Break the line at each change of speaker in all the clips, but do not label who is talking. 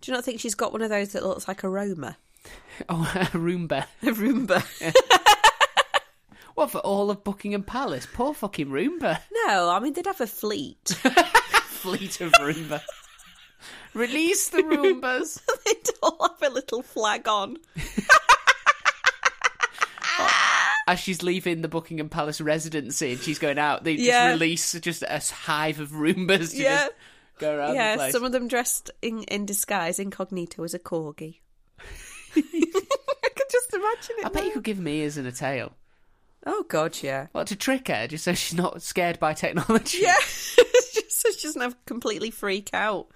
Do you not think she's got one of those that looks like a Roma?
Oh, Roomba.
A Roomba?
What for all of Buckingham Palace? Poor fucking Roomba.
no, I mean, they'd have a fleet.
Fleet of Roomba. Release the Roombas.
they'd all have a little flag on.
As she's leaving the Buckingham Palace residency and she's going out, they
Yeah.
just release just a hive of Roombas to
Yeah.
just go around the
yeah,
place.
some of them dressed in, in disguise, incognito, as a corgi. I could just imagine it.
I bet you
now.
could give me ears and a tail.
Oh, God, yeah.
What, to trick her, just so she's not scared by technology?
Yeah. just so she doesn't have completely freak out.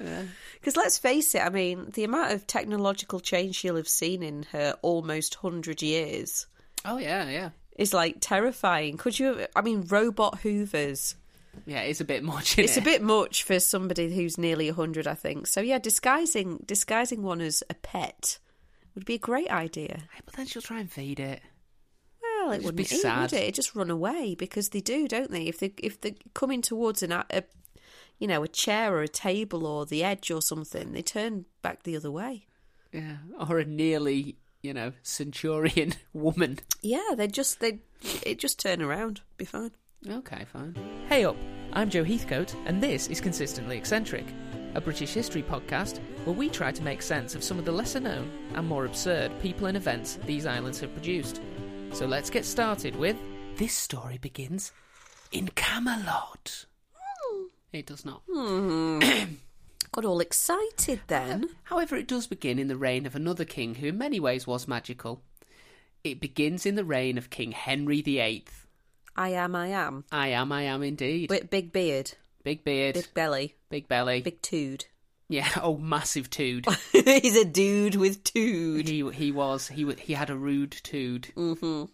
Because let's face it, I mean, the amount of technological change she'll have seen in her almost 100 years
Oh, yeah, yeah.
is like terrifying. Could you, I mean, robot hoovers.
Yeah, it's a bit much, is
It's a bit much for somebody who's nearly 100, I think. So yeah, disguising disguising one as a pet would be a great idea.
But then she'll try and feed it.
Well, it
It'd
wouldn't
be
eat,
sad.
would it? It'd just run away because they do, don't they? If they if they're coming towards an a, a you know a chair or a table or the edge or something, they turn back the other way.
Yeah. Or a nearly, you know, centurion woman.
Yeah, they just they it just turn around, be fine.
Okay, fine.
Hey up, I'm Joe Heathcote, and this is Consistently Eccentric, a British history podcast where we try to make sense of some of the lesser known and more absurd people and events these islands have produced. So let's get started with.
This story begins in Camelot. It does not.
Hmm. Got all excited then.
However, it does begin in the reign of another king who, in many ways, was magical. It begins in the reign of King Henry VIII.
I am, I am.
I am, I am indeed.
With big beard,
big beard, big,
big belly,
belly.
big tood.
Yeah, oh, massive tood.
He's a dude with tood.
he he was he wa- he had a rude tood. Mm-hmm.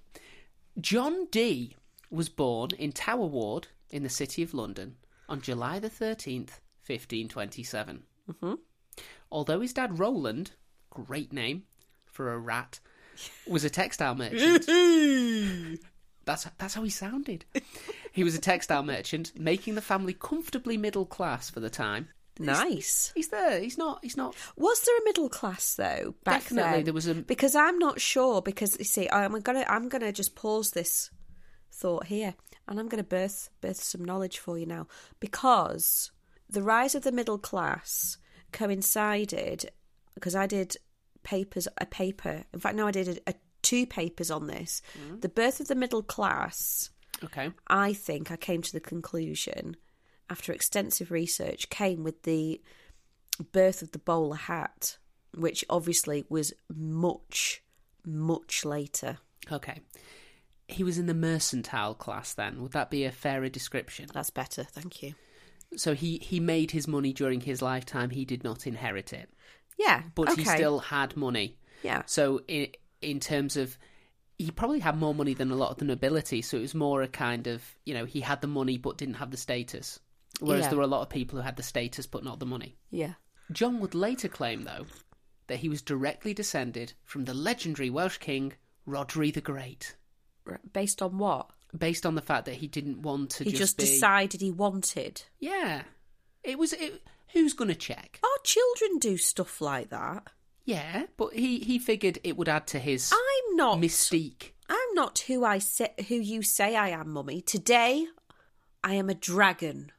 John Dee was born in Tower Ward in the city of London on July the thirteenth, fifteen twenty-seven.
Mm-hmm.
Although his dad Roland, great name for a rat, was a textile merchant. That's that's how he sounded. He was a textile merchant, making the family comfortably middle class for the time.
Nice.
He's there. He's not. He's not.
Was there a middle class though back
Definitely,
then?
there was a-
because I'm not sure. Because you see, I'm gonna I'm gonna just pause this thought here, and I'm gonna birth birth some knowledge for you now because the rise of the middle class coincided because I did papers a paper. In fact, no, I did a, a two papers on this.
Mm.
The birth of the middle class.
Okay.
I think I came to the conclusion after extensive research came with the birth of the bowler hat, which obviously was much, much later.
Okay. He was in the mercantile class then. Would that be a fairer description?
That's better, thank you.
So he, he made his money during his lifetime. He did not inherit it,
Yeah,
but
okay.
he still had money.
yeah.
So in, in terms of, he probably had more money than a lot of the nobility. So it was more a kind of, you know, he had the money but didn't have the status. Whereas
Yeah.
there were a lot of people who had the status but not the money.
Yeah.
John would later claim, though, that he was directly descended from the legendary Welsh king Rodri the Great,
R- Based on what?
based on the fact that he didn't want to
he just,
just be...
decided he wanted.
Yeah. It was. It, who's going to check?
Our children do stuff like that.
Yeah, but he, he figured it would add to his
I'm not
mystique.
I'm not who I say, who you say I am, mummy. Today I am a dragon.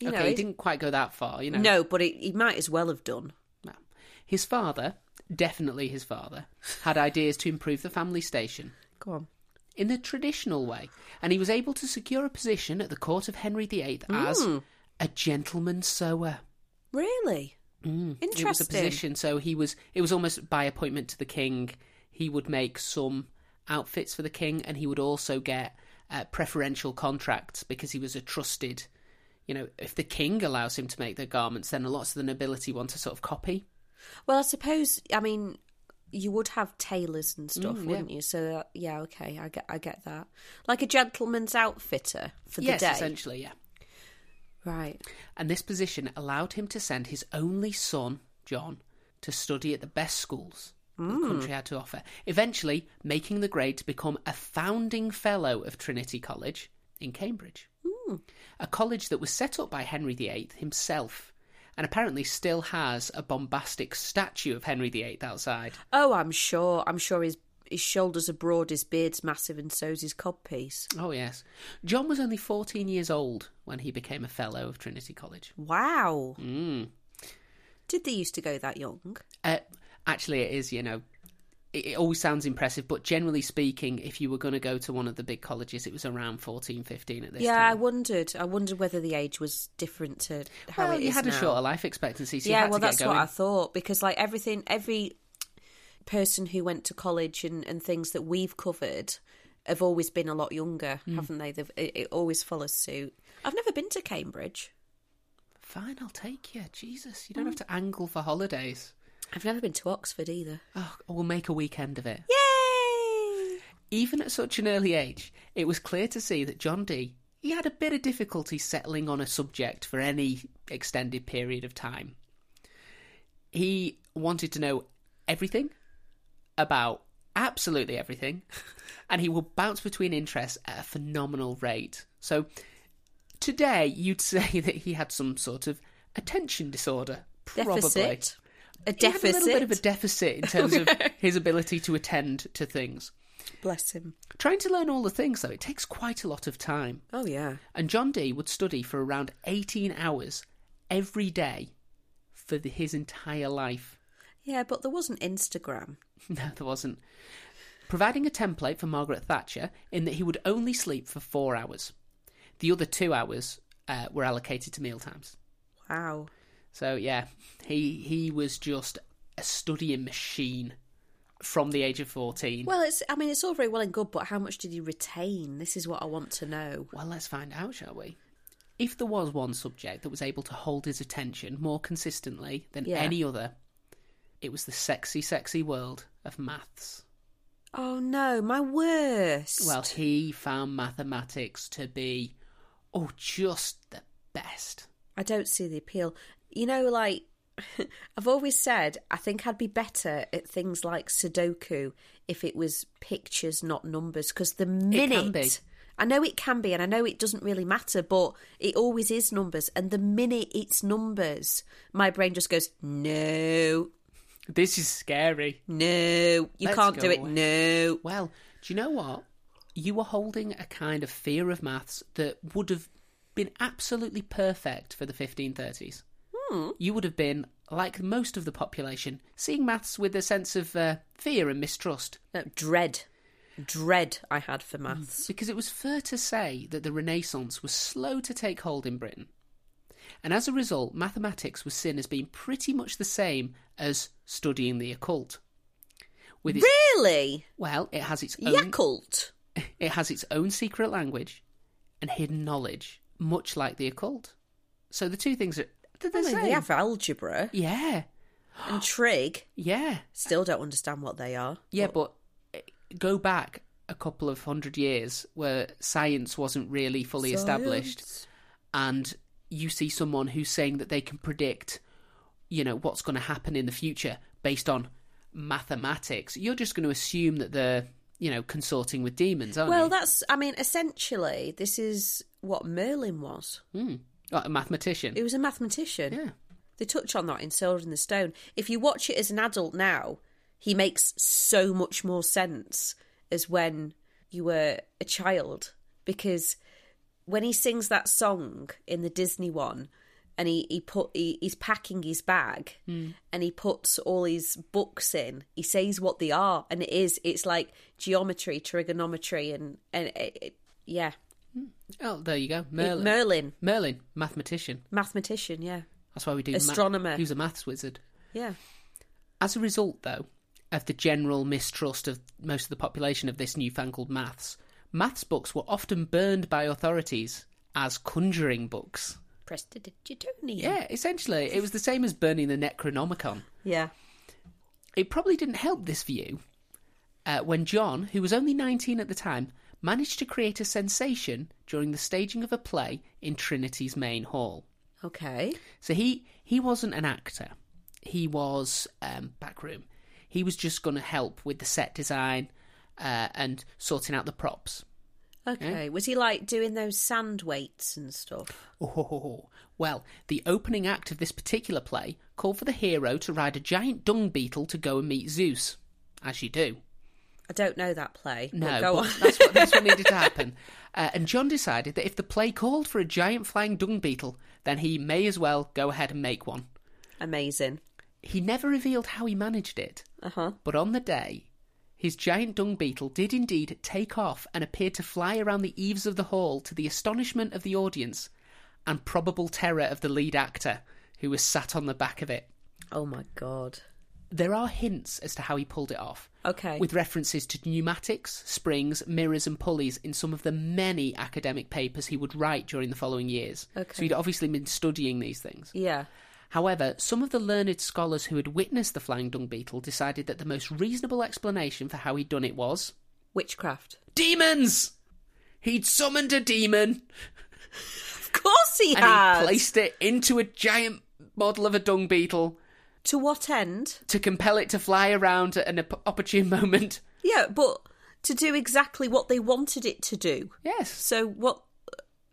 You
okay,
know,
he
it-
didn't quite go that far, you know.
No, but it, he might as well have done.
No. His father, definitely his father, had ideas to improve the family station
Go on.
in the traditional way, and he was able to secure a position at the court of Henry VIII as
Mm.
a gentleman sewer.
Really?
Mm. It was a
Interesting.
position, so he was. It was almost by appointment to the king. He would make some outfits for the king, and he would also get uh, preferential contracts because he was a trusted. You know, if the king allows him to make their garments, then lots of the nobility want to sort of copy.
Well, I suppose. I mean, you would have tailors and stuff,
Mm, yeah.
wouldn't you? So uh, yeah, okay, I get, I get that. Like a gentleman's outfitter for the
yes,
day,
essentially, yeah.
right?
And this position allowed him to send his only son, John, to study at the best schools that the country had to offer, eventually making the grade to become a founding fellow of Trinity
Mm.
College in Cambridge. A college that was set up by Henry VIII himself and apparently still has a bombastic statue of Henry VIII outside.
Oh, I'm sure. I'm sure his his shoulders are broad, his beard's massive, and so's his codpiece.
Oh, yes. John was only 14 years old when he became a fellow of Trinity College.
Wow.
Mm.
Did they used to go that young?
Uh, actually, it is, you know, it, it always sounds impressive, but generally speaking, if you were going to go to one of the big colleges, it was around 14, 15 at this
yeah, I
time.
wondered. I wondered whether the age was different to how
well,
it is
you had a
now.
shorter life expectancy, so you
yeah,
had
well,
to
that's
get going.
what I thought because, like, everything, every person who went to college and, and things that we've covered have always been a lot younger,
Hmm.
haven't they? They've, it, it always follows suit. I've never been to Cambridge.
Fine, I'll take you. Jesus, you
Hmm.
don't have to angle for holidays.
I've never been to Oxford either.
Oh, we'll make a weekend of it.
Yay!
Even at such an early age, it was clear to see that John Dee he had a bit of difficulty settling on a subject for any extended period of time. He wanted to know everything about absolutely everything, and he will bounce between interests at a phenomenal rate. So today, you'd say that he had some sort of attention disorder, probably.
Deficit. A
He had
deficit.
a little bit of a deficit in terms of his ability to attend to things.
Bless him.
Trying to learn all the things, though, it takes quite a lot of time.
Oh, yeah.
And John Dee would study for around 18 hours every day for the, his entire life.
Yeah, but there wasn't Instagram.
No, there wasn't. Providing a template for Margaret Thatcher in that he would only sleep for four hours. The other two hours uh, were allocated to mealtimes.
Wow.
So, yeah, he, he was just a studying machine from the age of 14.
Well, it's. I mean, it's all very well and good, but how much did he retain? This is what I want to know.
Well, let's find out, shall we? If there was one subject that was able to hold his attention more consistently than
Yeah.
any other, it was the sexy, sexy world of maths.
Oh no, my worst.
Well, he found mathematics to be, oh, just the best.
I don't see the appeal. You know, like I've always said, I think I'd be better at things like Sudoku if it was pictures, not numbers. Because the minute
be.
I know it can be, and I know it doesn't really matter, but it always is numbers. And the minute it's numbers, my brain just goes, "No,
This is scary.
no, you
Let's
can't do
go
it.
away."
No,
Well, do you know what? You were holding a kind of fear of maths that would have been absolutely perfect for the 1530s. You would have been, like most of the population, seeing maths with a sense of uh, fear and mistrust
No, Uh, dread, dread. I had for maths.
because it was fair to say that the Renaissance was slow to take hold in Britain. And as a result, mathematics was seen as being pretty much the same as studying the occult. With Um, its,
Really,
well, it has its own
Yakult.
It has its own secret language and hidden knowledge, much like the occult. So the two things are they're the
I mean,
same.
they have algebra
Yeah,
and trig.
yeah,
Still don't understand what they are.
yeah. But eh, go back a couple of hundred years where science wasn't really fully established, and you see someone who's saying that they can predict, you know, what's going to happen in the future based on mathematics. You're just going to assume that they're, you know, consorting with demons, aren't
Well,
you?
that's. I mean, essentially, this is what Merlin was.
Hmm. Like a mathematician.
He was a mathematician.
Yeah.
They touch on that in Sword in the Stone. If you watch it as an adult now, he makes so much more sense as when you were a child because when he sings that song in the Disney one and he, he put he, he's packing his bag
Hmm.
and he puts all his books in he says what they are and it is it's like geometry trigonometry and and it, it, yeah
Oh, there you go, Merlin.
merlin
Merlin, mathematician.
mathematician yeah
That's why we do ma-
Astronomer.
he was a maths wizard.
yeah
As a result, though, of the general mistrust of most of the population of this newfangled maths, maths books were often burned by authorities as conjuring books.
prestidigitonian
Yeah, essentially, it was the same as burning the Necronomicon.
yeah
It probably didn't help this view uh, when John, who was only 19 at the time, managed to create a sensation during the staging of a play in Trinity's main hall.
Okay.
So he he wasn't an actor. He was um, backroom. He was just going to help with the set design uh, and sorting out the props.
Okay. Was he like doing those sand weights and stuff?
Oh, well, the opening act of this particular play called for the hero to ride a giant dung beetle to go and meet Zeus, as you do.
I don't know that play. but
No,
go
but
on.
that's what that's what needed to happen. Uh, and John decided that if the play called for a giant flying dung beetle, then he may as well go ahead and make one.
Amazing.
He never revealed how he managed it,
Uh huh.
but on the day, his giant dung beetle did indeed take off and appeared to fly around the eaves of the hall to the astonishment of the audience and probable terror of the lead actor, who was sat on the back of it.
Oh my god.
There are hints as to how he pulled it off,
Okay.
with references to pneumatics, springs, mirrors, and pulleys in some of the many academic papers he would write during the following years. So
Okay.
he'd obviously been studying these things.
yeah.
However, some of the learned scholars who had witnessed the flying dung beetle decided that the most reasonable explanation for how he'd done it was
Witchcraft.
demons! He'd summoned a demon
Of course he
and
has.
he placed it into a giant model of a dung beetle
To what end?
to compel it to fly around at an op- opportune moment.
Yeah, but to do exactly what they wanted it to do.
Yes.
So what?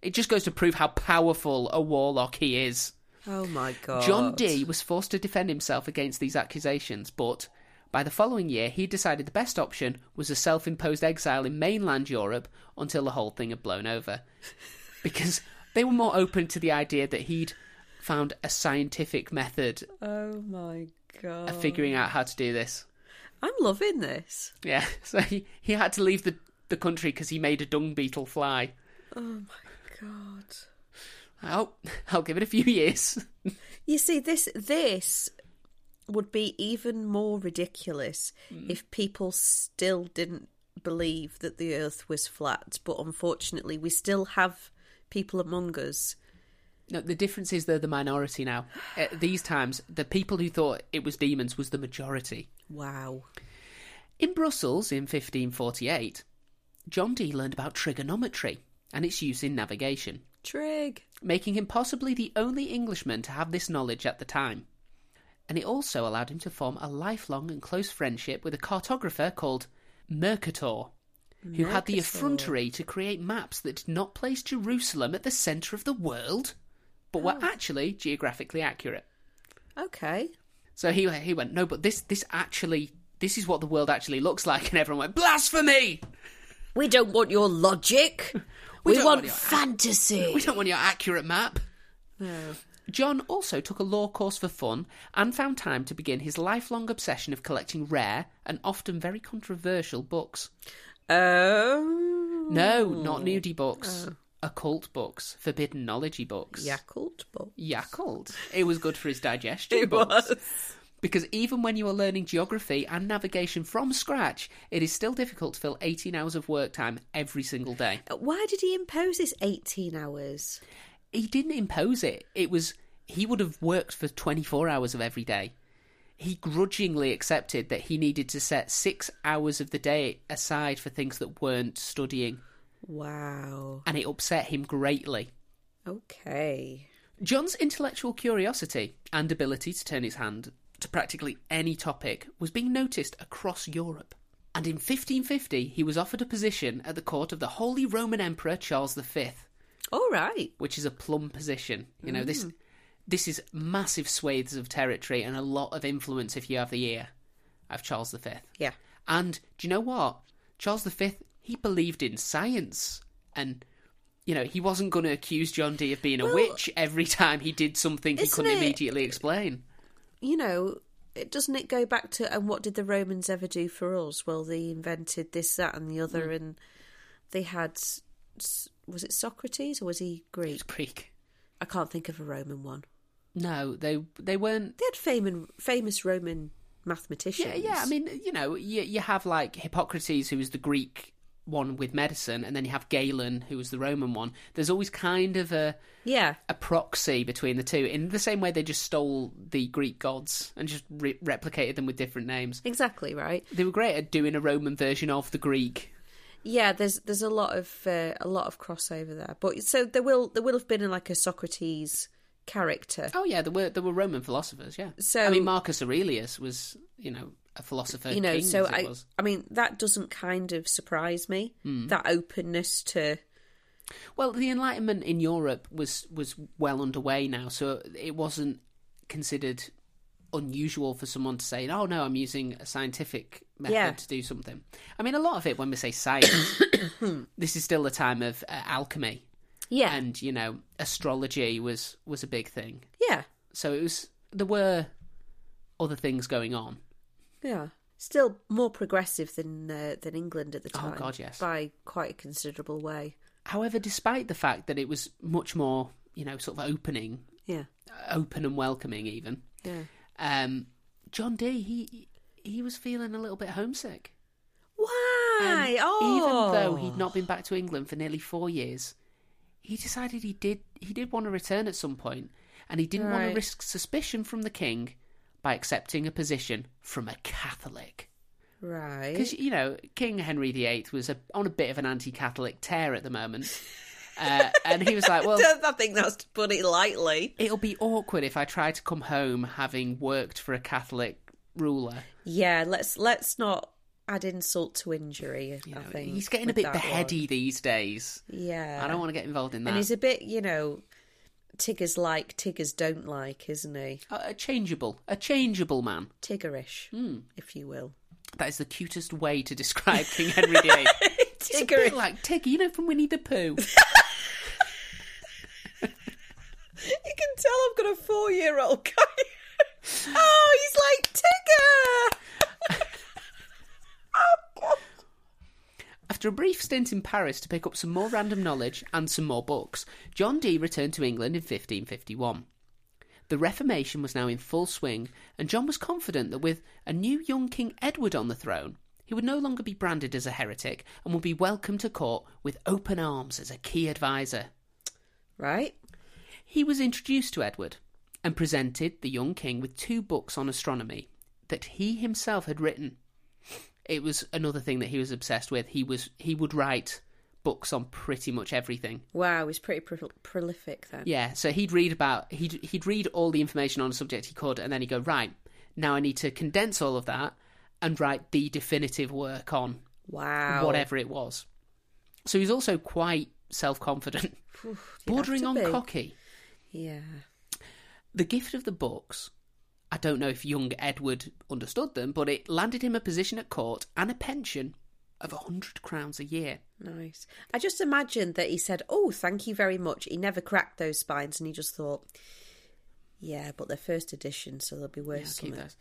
It just goes to prove how powerful a warlock he is.
Oh my god.
John Dee was forced to defend himself against these accusations, but by the following year, he decided the best option was a self imposed exile in mainland Europe until the whole thing had blown over. Because they were more open to the idea that he'd found a scientific method
Oh my god.
of figuring out how to do this.
I'm loving this.
Yeah, so he, he had to leave the, the country because he made a dung beetle fly.
God.
Oh, I'll give it a few years.
You see, this this would be even more ridiculous if people still didn't believe that the Earth was flat. But unfortunately, we still have people among us.
No, the difference is they're the minority now. At these times, the people who thought it was demons was the majority.
Wow.
In Brussels in 1548, John Dee learned about trigonometry and its use in navigation,
Trig.
making him possibly the only Englishman to have this knowledge at the time. And it also allowed him to form a lifelong and close friendship with a cartographer called Mercator, who had the
Mercator.
effrontery to create maps that did not place Jerusalem at the centre of the world, but were actually geographically accurate.
Okay.
So he he went, no, but this this actually this is what the world actually looks like, and everyone went blasphemy.
We don't want your logic. we
don't
want,
want your-
fantasy.
We don't want your accurate map.
No.
John also took a law course for fun and found time to begin his lifelong obsession of collecting rare and often very controversial books.
Um,
No, not nudie books, occult books, forbidden knowledge books.
Yakult book.
Yakult. It was good for his digestion. books. Because even when you are learning geography and navigation from scratch, it is still difficult to fill 18 hours of work time every single day.
Why did he impose this 18 hours?
He didn't impose it. It was he would have worked for 24 hours of every day. He grudgingly accepted that he needed to set 6 hours of the day aside for things that weren't studying,
Wow.
and it upset him greatly.
Okay.
John's intellectual curiosity and ability to turn his hand to practically any topic was being noticed across Europe. And in 1550, he was offered a position at the court of the Holy Roman Emperor Charles V,
All right.
which is a plum position. You know, this
Mm.
this is massive swathes of territory and a lot of influence if you have the ear of Charles V.
Yeah.
And do you know what? Charles V, he believed in science. And, you know, he wasn't going to accuse John Dee of being a
Well,
witch every time he did something he
isn't
couldn't
it-
immediately explain.
You know, it doesn't it go back to and what did the Romans ever do for us? Well, they invented this, that, and the
Hmm.
other, and they had s- s- was it Socrates or was he Greek?
It's Greek.
I can't think of a Roman one.
No, they they weren't.
They had famous famous Roman mathematicians.
Yeah, yeah. I mean, you know, you, you have like Hippocrates, who was the Greek one with medicine, and then you have Galen, who was the Roman one. There's always kind of a,
yeah.
a proxy between the two, in the same way they just stole the Greek gods and just re- replicated them with different names.
Exactly right.
They were great at doing a Roman version of the Greek.
Yeah, there's there's a lot of uh, a lot of crossover there, but so there will there will have been like a Socrates character.
Oh yeah, there were there were Roman philosophers. Yeah,
So-
I mean Marcus Aurelius was you know a philosopher.
you know,
king,
so
as Uh, it
I,
was. Hmm.
I mean, that doesn't kind of surprise me. That openness to
Well, the Enlightenment in Europe was was well underway now, so it wasn't considered unusual for someone to say, "Oh no, I'm using a scientific method
Yeah.
to do something." I mean, a lot of it when we say science, this is still the time of uh, alchemy,
yeah,
and you know, astrology was was a big thing.
yeah,
So it was there were other things going on.
yeah. Still more progressive than uh, than England at the
Oh,
time.
God, yes.
by quite a considerable way.
However, despite the fact that it was much more, you know, sort of opening,
Yeah,
open and welcoming, even.
yeah.
um, John D. He he was feeling a little bit homesick. And
Why? oh,
Even though he'd not been back to England for nearly four years, he decided he did he did want to return at some point, and he didn't want to
Right.
risk suspicion from the king by accepting a position from a Catholic.
right.
Because you know King Henry VIII was a, on a bit of an anti-Catholic tear at the moment, uh, and he was like, "Well,
I think that's to put it lightly.
it'll be awkward if I try to come home having worked for a Catholic ruler."
Yeah, let's let's not add insult to injury.
You
I
know,
think
he's getting a
with
bit
that one.
beheady these days.
Yeah,
I don't want to get involved in
and he's
that.
a bit, you know, Tiggers like, Tiggers don't like, isn't he?
A, a changeable, a changeable man.
Tiggerish, if you will.
That is the cutest way to describe King Henry VIII. He's a bit
Tiggerish.
like Tiggy, you know, from Winnie the Pooh.
You can tell I've got a four-year-old guy. oh, he's like Tigger.
After a brief stint in Paris to pick up some more random knowledge and some more books, John Dee returned to England in 1551. The Reformation was now in full swing, and John was confident that with a new young King Edward on the throne, he would no longer be branded as a heretic and would be welcomed to court with open arms as a key adviser.
Right?
He was introduced to Edward and presented the young king with two books on astronomy that he himself had written. It was another thing that he was obsessed with. He was he would write books on pretty much everything.
Wow, he's pretty pro- prolific then.
Yeah, so he'd read about he'd he'd read all the information on a subject he could and then he'd go, "Right, now I need to condense all of that and write the definitive work on
Wow.
whatever it was." So he's also quite self-confident,
you'd have
bordering
to
on
be.
cocky.
Yeah.
The gift of the books, I don't know if young Edward understood them, but it landed him a position at court and a pension of a hundred crowns a year.
Nice. I just imagined that he said, "Oh, thank you very much." He never cracked those spines, and he just thought, "Yeah, but they're first edition, so they'll be
I'll
worth
keep
something."
those.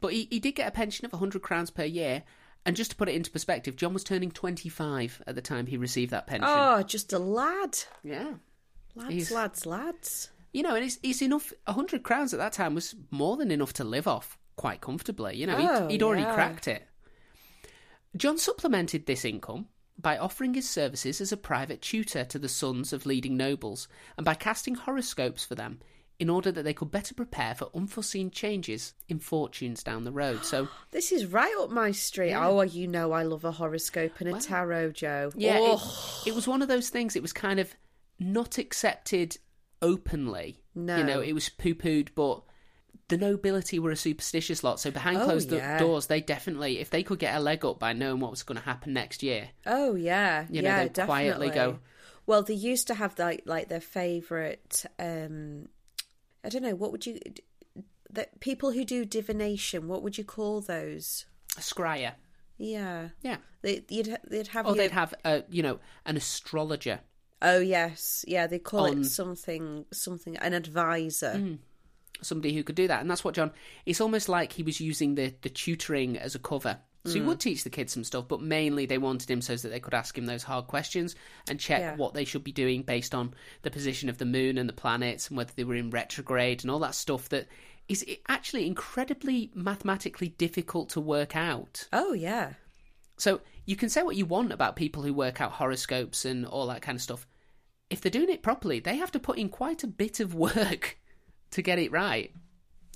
But he, he did get a pension of a hundred crowns per year. And just to put it into perspective, John was turning 25 at the time he received that pension.
Oh, just a lad,
Yeah.
lads,
He's-
lads, lads.
You know, and it's, it's enough. A 100 crowns at that time was more than enough to live off quite comfortably. You know, he'd-
Oh,
he'd, already
yeah.
cracked it. John supplemented this income by offering his services as a private tutor to the sons of leading nobles and by casting horoscopes for them in order that they could better prepare for unforeseen changes in fortunes down the road. So,
This is right up my street. Oh, you know I love a horoscope and a tarot, Joe.
yeah, it-
Oh,
it, was one of those things, it was kind of not accepted openly.
No.
You know, it was poo pooed, but the nobility were a superstitious lot. So behind
Oh,
closed do-
yeah.
doors, they definitely, if they could get a leg up by knowing what was going to happen next year,
oh yeah,
You know,
yeah,
they'd
definitely.
quietly go-
Well, they used to have like like their favorite. um I don't know what would you that people who do divination. What would you call those?
a scryer.
Yeah.
Yeah.
They, you'd ha- they'd have
Or
your-
they'd have, a, you know, an astrologer.
oh yes yeah they call
On- Mm.
it something something an advisor
somebody who could do that. And that's what John. It's almost like he was using the the tutoring as a cover. So he would teach the kids some stuff, but mainly they wanted him so that they could ask him those hard questions and check
Yeah.
what they should be doing based on the position of the moon and the planets and whether they were in retrograde and all that stuff that is i- actually incredibly mathematically difficult to work out.
oh yeah
So you can say what you want about people who work out horoscopes and all that kind of stuff. If they're doing it properly, they have to put in quite a bit of work to get it right.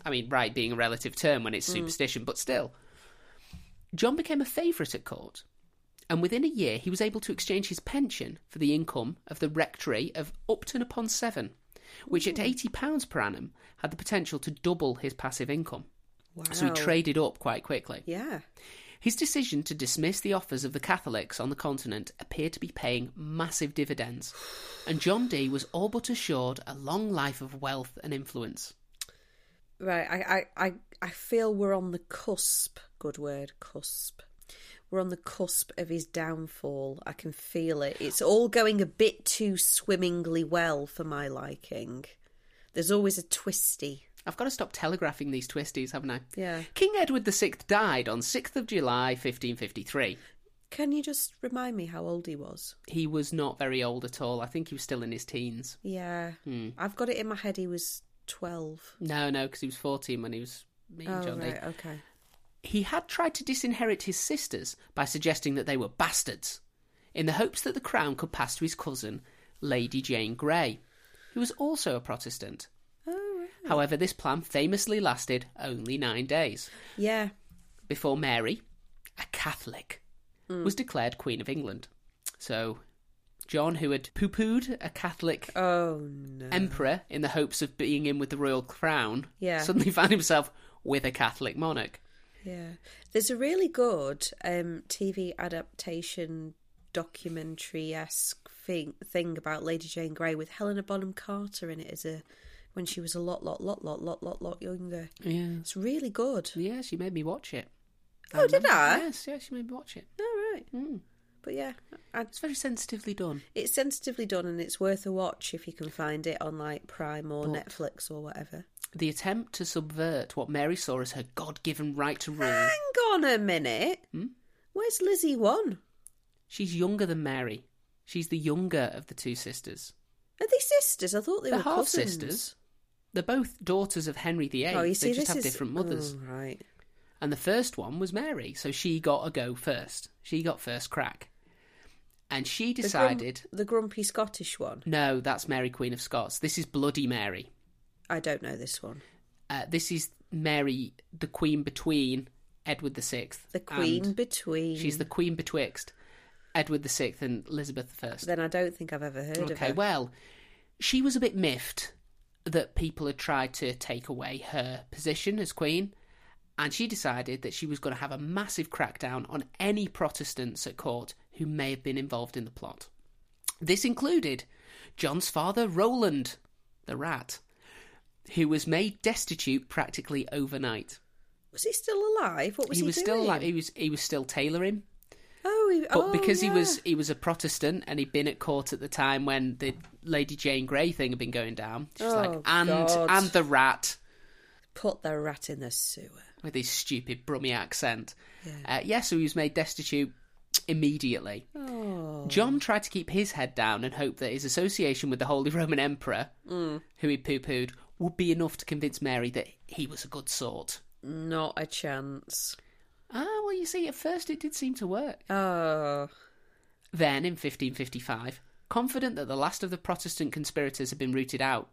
I mean, right being a relative term when it's superstition, but still. John became a favourite at court, and within a year he was able to exchange his pension for the income of the rectory of Upton upon Severn, which at £80 per annum had the potential to double his passive income.
Wow.
So he traded up quite quickly.
Yeah.
His decision to dismiss the offers of the Catholics on the continent appeared to be paying massive dividends, and John Dee was all but assured a long life of wealth and influence.
Right. I, I, I, I feel we're on the cusp. Good word, cusp. We're on the cusp of his downfall. I can feel it. It's all going a bit too swimmingly well for my liking. There's always a twisty.
I've got to stop telegraphing these twisties, haven't I?
Yeah.
King Edward VI died on 6th of July 1553.
Can you just remind me how old he was?
He was not very old at all. I think he was still in his teens. Hmm.
Yeah. I've got it in my head he was 12.
No, no, because he was 14 when he was meeting
Oh,
John Dee.
right. Okay.
He had tried to disinherit his sisters by suggesting that they were bastards, in the hopes that the crown could pass to his cousin, Lady Jane Grey, who was also a Protestant.
Oh, right.
However, this plan famously lasted only nine days
Yeah.
before Mary, a Catholic,
Hmm.
was declared Queen of England. So, John, who had poo pooed a Catholic
Oh, no.
emperor in the hopes of being in with the royal crown,
Yeah.
suddenly found himself with a Catholic monarch.
Yeah. There's a really good um, TV adaptation documentary esque thing, thing about Lady Jane Grey with Helena Bonham Carter in it as a when she was a lot, lot, lot, lot, lot, lot, lot younger.
Yeah.
It's really good.
Yeah, she made me watch it.
Oh, did
remember-
I?
Yes, yeah, she made me watch it. Mm.
Oh, right. But yeah, I,
It's very sensitively done.
it's sensitively done and it's worth a watch if you can find it on like Prime or
But-
Netflix or whatever.
The attempt to subvert what Mary saw as her God given right to rule. Mm.
Hang on a minute. Where's Lizzie one?
She's younger than Mary. She's the younger of the two sisters.
Are they sisters? I thought they
They're
were
half
cousins.
sisters. They're both daughters of Henry VIII.
Oh, you see,
they just
this
have
is...
different mothers.
Oh, right.
And the first one was Mary, so she got a go first. She got first crack. And she
The grum-
decided,
the grumpy Scottish one.
no, that's Mary, Queen of Scots. This is Bloody Mary.
I don't know this one.
Uh, this is Mary, the queen between Edward the Sixth.
The Queen
and-
between.
She's the queen betwixt Edward the Sixth and Elizabeth the First.
Then I don't think I've ever heard of
Okay,
her.
well, she was a bit miffed that people had tried to take away her position as queen, and she decided that she was going to have a massive crackdown on any Protestants at court who may have been involved in the plot. This included John's father, Roland, the rat, who was made destitute practically overnight.
was he still alive? What was
he
he,
was
doing?
still like he was he was still tailoring
Oh, he,
but
oh,
because
yeah.
he was he was a Protestant and he'd been at court at the time when the Lady Jane Grey thing had been going down, she's like,
Oh,
and
God.
and the rat
put the rat in the sewer.
with his stupid Brummy accent.
Yeah.
Uh, yeah, so he was made destitute immediately.
Oh,
John tried to keep his head down and hope that his association with the Holy Roman Emperor, who he poo pooed, would be enough to convince Mary that he was a good sort.
not a chance.
Ah, well, you see, at first it did seem to work.
Oh,
Then, in 1555, confident that the last of the Protestant conspirators had been rooted out,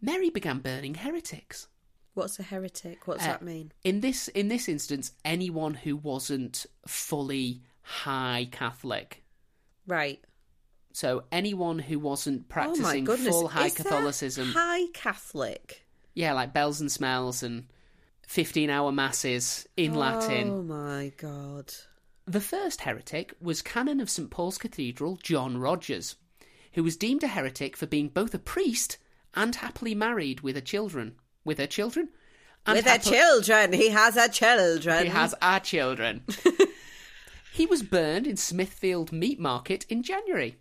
Mary began burning heretics.
what's a heretic? What's
Uh,
that mean?
In this in this instance, anyone who wasn't fully high Catholic.
Right.
So anyone who wasn't
oh my
practicing
goodness.
full high
Is that
Catholicism.
high Catholic.
Yeah, like bells and smells and 15 hour masses in Latin.
Oh my god.
The first heretic was canon of St Paul's Cathedral, John Rogers, who was deemed a heretic for being both a priest and happily married with her children. With her children? And
With her
happily-
children, he has her children.
He has our children. he was burned in Smithfield Meat Market in January.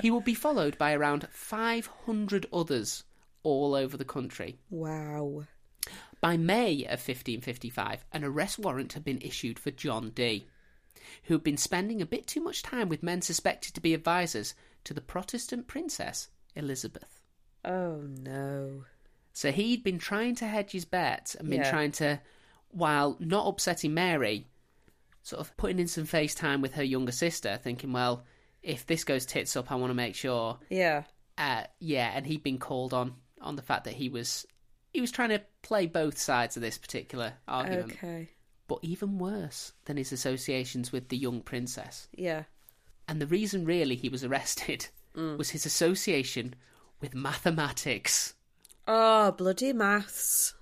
He will be followed by around 500 others all over the country.
Wow.
By May of 1555, an arrest warrant had been issued for John Dee, who had been spending a bit too much time with men suspected to be advisers to the Protestant princess Elizabeth.
Oh no.
So he'd been trying to hedge his bets and been
Yeah.
trying to, while not upsetting Mary, sort of putting in some face time with her younger sister, thinking, well, if this goes tits up, I want to make sure.
Yeah.
Uh, yeah, and he'd been called on on the fact that he was he was trying to play both sides of this particular argument.
Okay.
but even worse than his associations with the young princess.
Yeah.
And the reason, really, he was arrested
Mm.
was his association with mathematics.
Oh, bloody maths.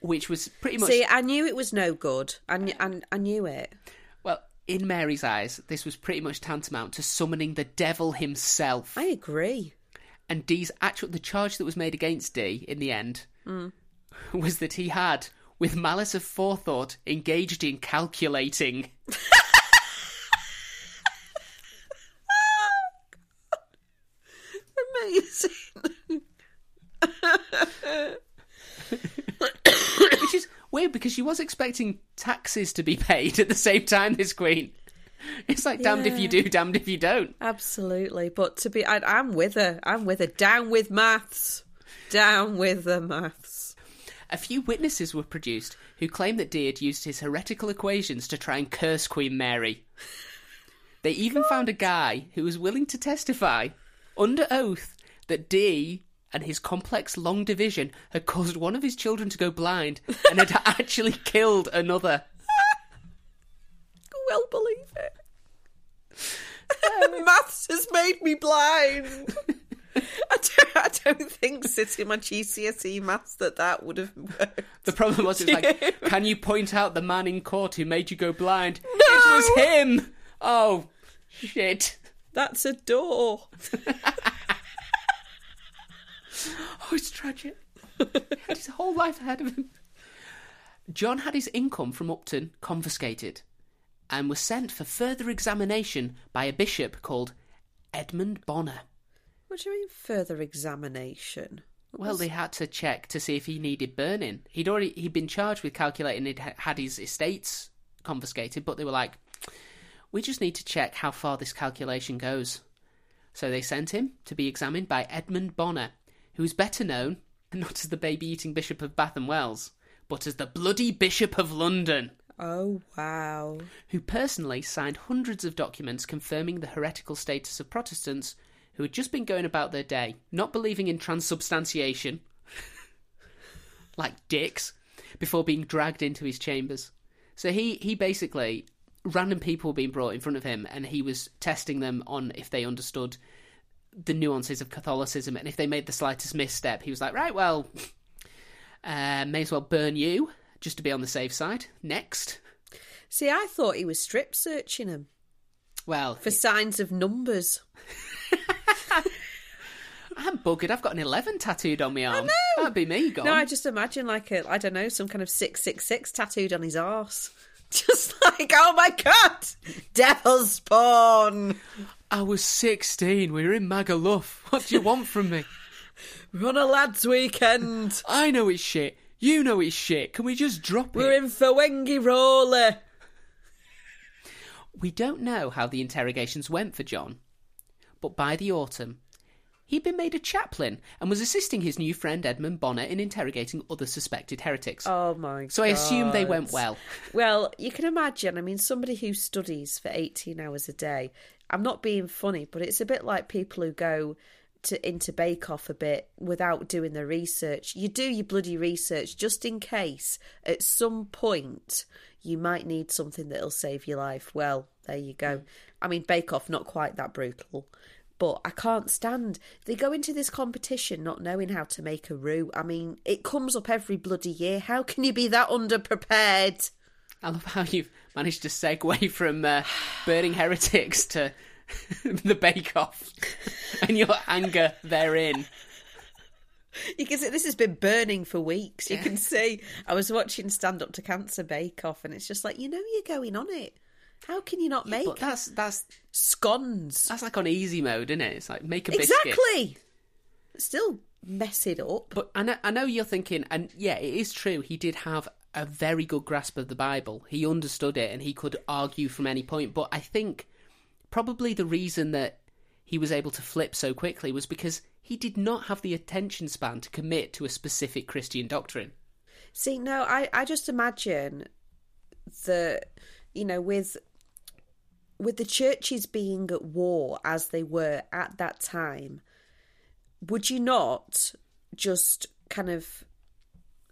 which was pretty much
See, I knew it was no good. I, kn- I, kn- I knew it.
well in Mary's eyes. This was pretty much tantamount to summoning the devil himself.
I agree.
And D's actual the charge that was made against D in the end
Mm.
was that he had, with malice of forethought, engaged in calculating.
Amazing.
Which is weird because she was expecting taxes to be paid at the same time this queen. It's like damned if you do, damned if you don't.
Absolutely. But to be, I, I'm with her. I'm with her. Down with maths. Down with the maths.
A few witnesses were produced who claimed that Dee had used his heretical equations to try and curse Queen Mary. They even found a guy who was willing to testify, under oath, that Dee and his complex long division had caused one of his children to go blind and had actually killed another.
Well, believe it. maths has made me blind. I don't, I don't think sitting my GCSE E maths that that would have worked.
The problem was, it's like, can you point out the man in court who made you go blind? It was him! Oh, shit.
That's a door.
Oh, it's tragic. he had his whole life ahead of him. John had his income from Upton confiscated and was sent for further examination by a bishop called Edmund Bonner.
What do you mean further examination?
Well, they had to check to see if he needed burning. He'd already he'd been charged with calculating he'd ha- had his estates confiscated, but they were like, "We just need to check how far this calculation goes." So they sent him to be examined by Edmund Bonner, who is better known not as the baby-eating Bishop of Bath and Wells, but as the bloody Bishop of London
Oh wow.
who personally signed hundreds of documents confirming the heretical status of Protestants who had just been going about their day, not believing in transubstantiation, like dicks, before being dragged into his chambers. So he, he basically, random people were being brought in front of him, and he was testing them on if they understood the nuances of Catholicism, and if they made the slightest misstep, he was like, right, well, uh, may as well burn you, just to be on the safe side. Next.
See, I thought he was strip searching him
Well,
for signs of numbers.
I'm buggered. I've got an 11 tattooed on my arm. That'd be me gone.
No, I just imagine like a I don't know some kind of six six six tattooed on his arse. Just like, oh my god, devil's spawn,
I was 16. We were in Magaluf. What do you want from me?
run a lads weekend.
I know it's shit. You know it's shit. Can we just drop
We're
it?
in Fwengi Roller.
We don't know how the interrogations went for John, but by the autumn, he'd been made a chaplain and was assisting his new friend Edmund Bonner in interrogating other suspected heretics.
Oh my god.
so I assume they went well.
Well, you can imagine. I mean, somebody who studies for 18 hours a day, I'm not being funny, but it's a bit like people who go to into Bake Off a bit without doing their research. You do your bloody research just in case at some point you might need something that'll save your life. Well, there you go. I mean, Bake Off, not quite that brutal. But I can't stand. They go into this competition not knowing how to make a roux. I mean, it comes up every bloody year. How can you be that underprepared?
I love how you've managed to segue from uh, burning heretics to the Bake Off and your anger therein.
You can see this has been burning for weeks. You can see. I was watching Stand Up to Cancer Bake Off, and it's just like you know you're going on it. How can you not make
But that's that's
scones?
that's like on easy mode, isn't it? It's like make a biscuit.
Exactly. Still mess it up.
But I know, I know you're thinking, and yeah, it is true. He did have a very good grasp of the Bible. He understood it, and he could argue from any point. But I think probably the reason that he was able to flip so quickly was because he did not have the attention span to commit to a specific Christian doctrine.
See, no, I, I just imagine that you know with with the churches being at war as they were at that time, would you not just kind of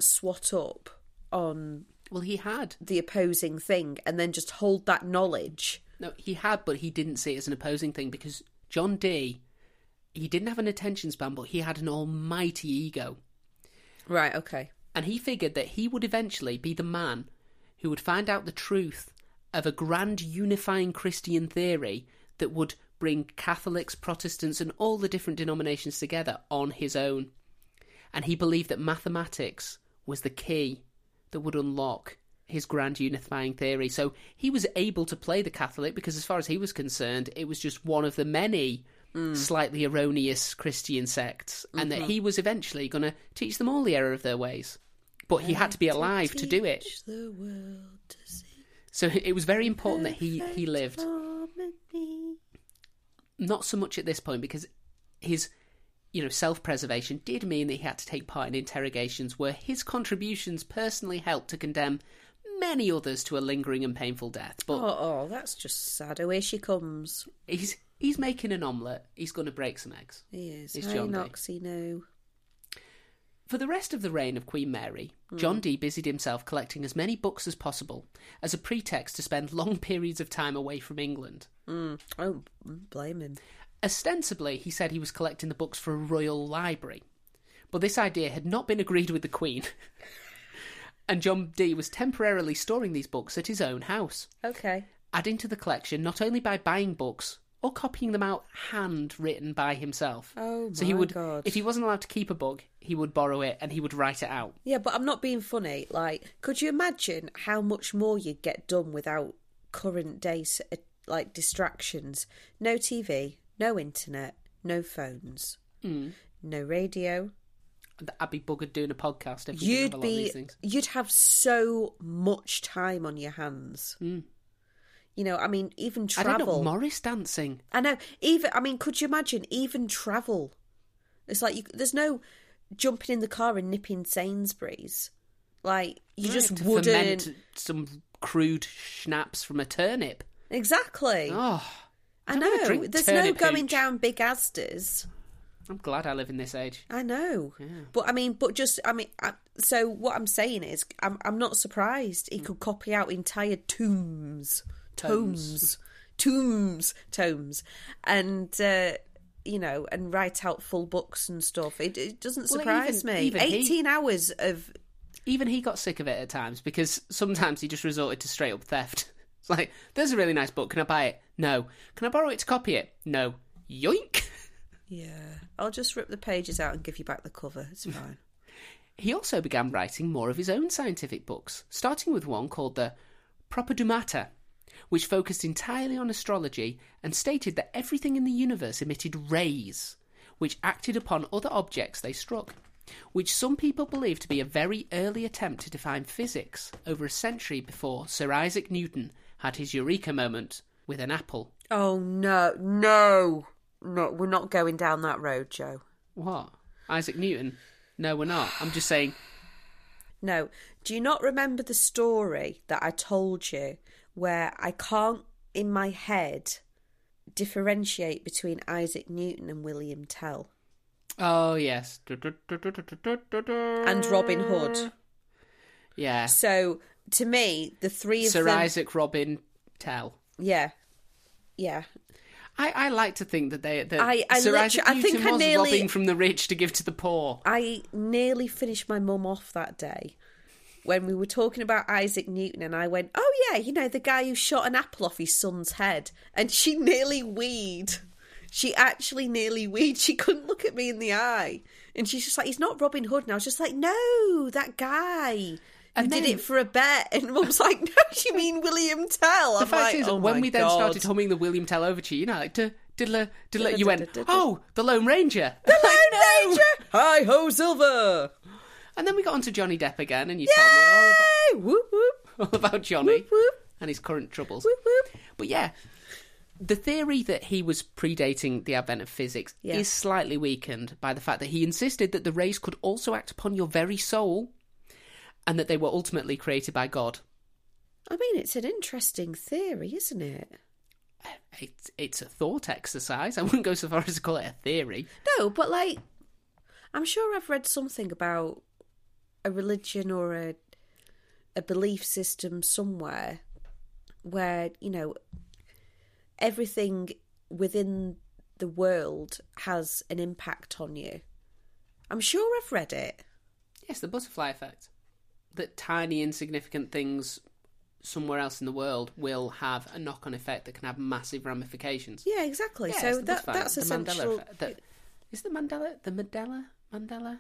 swat up on
Well, he had.
the opposing thing and then just hold that knowledge.
No, he had, but he didn't see it as an opposing thing because John Dee, he didn't have an attention span, but he had an almighty ego.
Right, okay.
and he figured that he would eventually be the man who would find out the truth of a grand unifying Christian theory that would bring Catholics, Protestants, and all the different denominations together on his own. And he believed that mathematics was the key that would unlock his grand unifying theory. So he was able to play the Catholic because, as far as he was concerned, it was just one of the many slightly erroneous Christian sects, and that he was eventually going to teach them all the error of their ways. But he had to be alive to do it.
Teach the world to see
So it was very important that he, he lived.
harmony.
Not so much at this point because his you know self-preservation did mean that he had to take part in interrogations where his contributions personally helped to condemn many others to a lingering and painful death. But
Oh, oh, that's just sad. Away she comes.
he's he's making an omelette. He's going to break some eggs.
He is.
It's
Hi,
John Day.
Noxie, no.
For the rest of the reign of Queen Mary, John Dee busied himself collecting as many books as possible as a pretext to spend long periods of time away from England.
Mm. I don't blame him.
Ostensibly, he said he was collecting the books for a royal library, but this idea had not been agreed with the Queen, and John Dee was temporarily storing these books at his own house,
Okay.
adding to the collection not only by buying books or copying them out handwritten by himself.
Oh,
so he
my
would,
God.
if he wasn't allowed to keep a book, he would borrow it and he would write it out.
Yeah, but I'm not being funny. Like, could you imagine how much more you'd get done without current day s- uh, like distractions? No TV, no internet, no phones, no radio.
And I'd be buggered doing a podcast if we didn't have a
You'd
lot of these
be
things.
you'd have so much time on your hands. You know, I mean, even travel.
Hmm. I don't know, Morris dancing.
I know. Even I mean, could you imagine even travel? It's like you, there's no jumping in the car and nipping Sainsbury's. Like you
Right,
just
to
wouldn't.
ferment some crude schnapps from a turnip.
Exactly.
Oh,
I
don't wanna
know.
drink
There's no
turnip
going
hooch.
down big Asdas.
I'm glad I live in this age.
I know. But I mean, but just I mean, I, so what I'm saying is, I'm I'm not surprised he could copy out entire tombs, tomes, tombs, tomes, and. uh you know, and write out full books and stuff. It, it doesn't
Well,
surprise
even-
me.
even he-
Eighteen hours of
Even he got sick of it at times because sometimes he just resorted to straight up theft. It's like, there's a really nice book. Can I buy it? No. Can I borrow it to copy it? No. Yoink!
yeah. I'll just rip the pages out and give you back the cover. It's fine.
He also began writing more of his own scientific books, starting with one called the Propodumata, which focused entirely on astrology and stated that everything in the universe emitted rays, which acted upon other objects they struck, which some people believe to be a very early attempt to define physics over a century before Sir Isaac Newton had his eureka moment with an apple.
oh no, no, no! We're not going down that road, Joe.
What? Isaac Newton? No, we're not. I'm just saying
No. Do you not remember the story that I told you where I can't, in my head, differentiate between Isaac Newton and William Tell
Oh yes.
and
And
Robin Hood?
Mm. Yeah. um,
So, to me, the three of
Sir
them.
Isaac Robin Tell.
Yeah. Yeah.
I, I like to think that they that
I- I
Sir
literally-
Isaac
I
Newton
think I
was
nearly-
robbing from the rich to give to the poor.
I nearly finished my mum off that day when we were talking about Isaac Newton, and I went, "Oh yeah, you know the guy who shot an apple off his son's head," and she nearly weed. She actually nearly weed. She couldn't look at me in the eye, and she's just like, "He's not Robin Hood." And I was just like, "No, that guy." who
And
did
then-
it for a bet, and Mum's like, "No, you mean William Tell?"
The
I'm
fact
like,
is,
"Oh my
when we then
God."
started humming the William Tell overture, you know, like diddler, diddler, diddler, you went,
diddler, diddler.
oh, the Lone Ranger.
Hello, Ranger! Hi ho, Silver!
and then we got onto Johnny Depp again, and you told me all about,
Hey, whoop whoop
all about Johnny
Whoop, whoop.
and his current troubles.
whoop whoop.
But yeah, the theory that he was predating the advent of physics
Yeah.
is slightly weakened by the fact that he insisted that the rays could also act upon your very soul and that they were ultimately created by God.
I mean, it's an interesting theory, isn't it?
It's, it's a thought exercise. I wouldn't go so far as to call it a theory.
No, but like, I'm sure I've read something about a religion or a a belief system somewhere where you know everything within the world has an impact on you. I'm sure I've read it.
Yes, the butterfly effect. That tiny, insignificant things somewhere else in the world will have a knock on effect that can have massive ramifications.
Yeah, exactly.
Yeah, it's
so
the
that,
butterfly
that's
effect, the Mandela
essential.
effect, that- is the Mandela the Mandela Mandela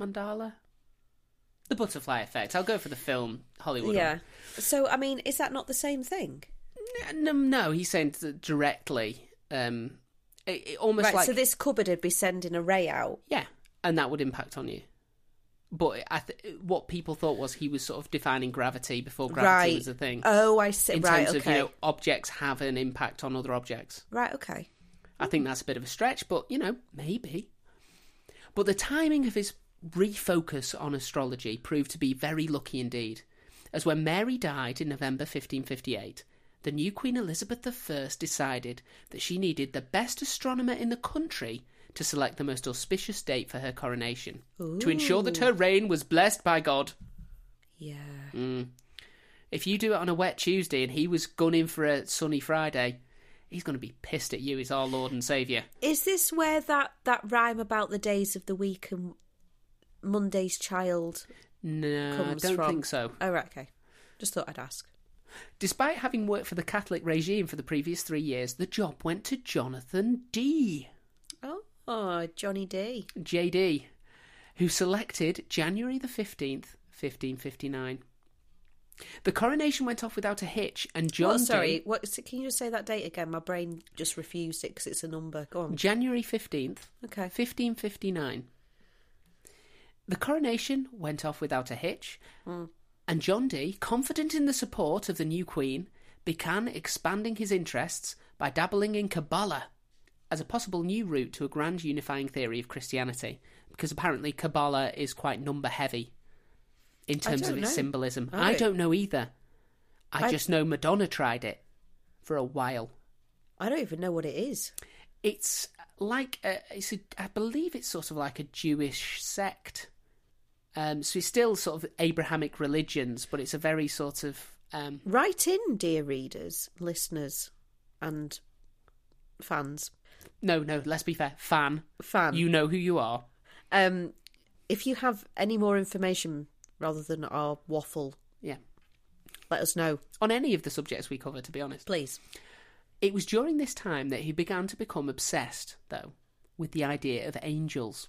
Mandala the butterfly effect? I'll go for the film Hollywood. one.
Yeah. So I mean, is that not the same thing?
No, no, he's saying t- directly. Um, it, it almost
right.
like
So this cupboard would be sending a ray out.
yeah, and that would impact on you. But I th- what people thought was he was sort of defining gravity before gravity
right.
was a thing.
Oh, I see.
in
right.
terms
okay.
of you know objects have an impact on other objects.
Right. Okay.
I think that's a bit of a stretch, but you know, maybe. But the timing of his refocus on astrology proved to be very lucky indeed, as when Mary died in November 1558, the new Queen Elizabeth I decided that she needed the best astronomer in the country to select the most auspicious date for her coronation, to ensure that her reign was blessed by God.
Yeah.
If you do it on a wet Tuesday and he was gunning for a sunny Friday, he's going to be pissed at you as our Lord and Saviour.
Is this where that that rhyme about the days of the week and Monday's child?
No, I
comes
don't
from?
think so.
Oh, right. Okay. Just thought I'd ask.
Despite having worked for the Catholic regime for the previous three years, the job went to Jonathan D.
Oh, oh Johnny D.
JD, who selected January the 15th, 1559. The coronation went off without a hitch, and John
What, Oh, sorry,
Dee-
what, so can you just say that date again? My brain just refused it because it's a number. Go on.
January 15th,
Okay.
1559. The coronation went off without a hitch,
Hmm.
and John Dee, confident in the support of the new queen, began expanding his interests by dabbling in Kabbalah as a possible new route to a grand unifying theory of Christianity, because apparently Kabbalah is quite number heavy in
I
terms of
don't
its
know.
symbolism.
Are
I
they?
don't know either. I,
I-
just know Madonna tried it for a while.
I don't even know what it is.
It's like a, it's a, I believe it's sort of like a Jewish sect. Um, so it's still sort of Abrahamic religions, but it's a very sort of um,
Write in, dear readers, listeners, and fans.
no, no. Let's be fair, fan.
Fan.
You know who you are.
Um, if you have any more information rather than our waffle,
Yeah.
let us know,
On any of the subjects we cover, to be honest.
please.
It was during this time that he began to become obsessed, though, with the idea of angels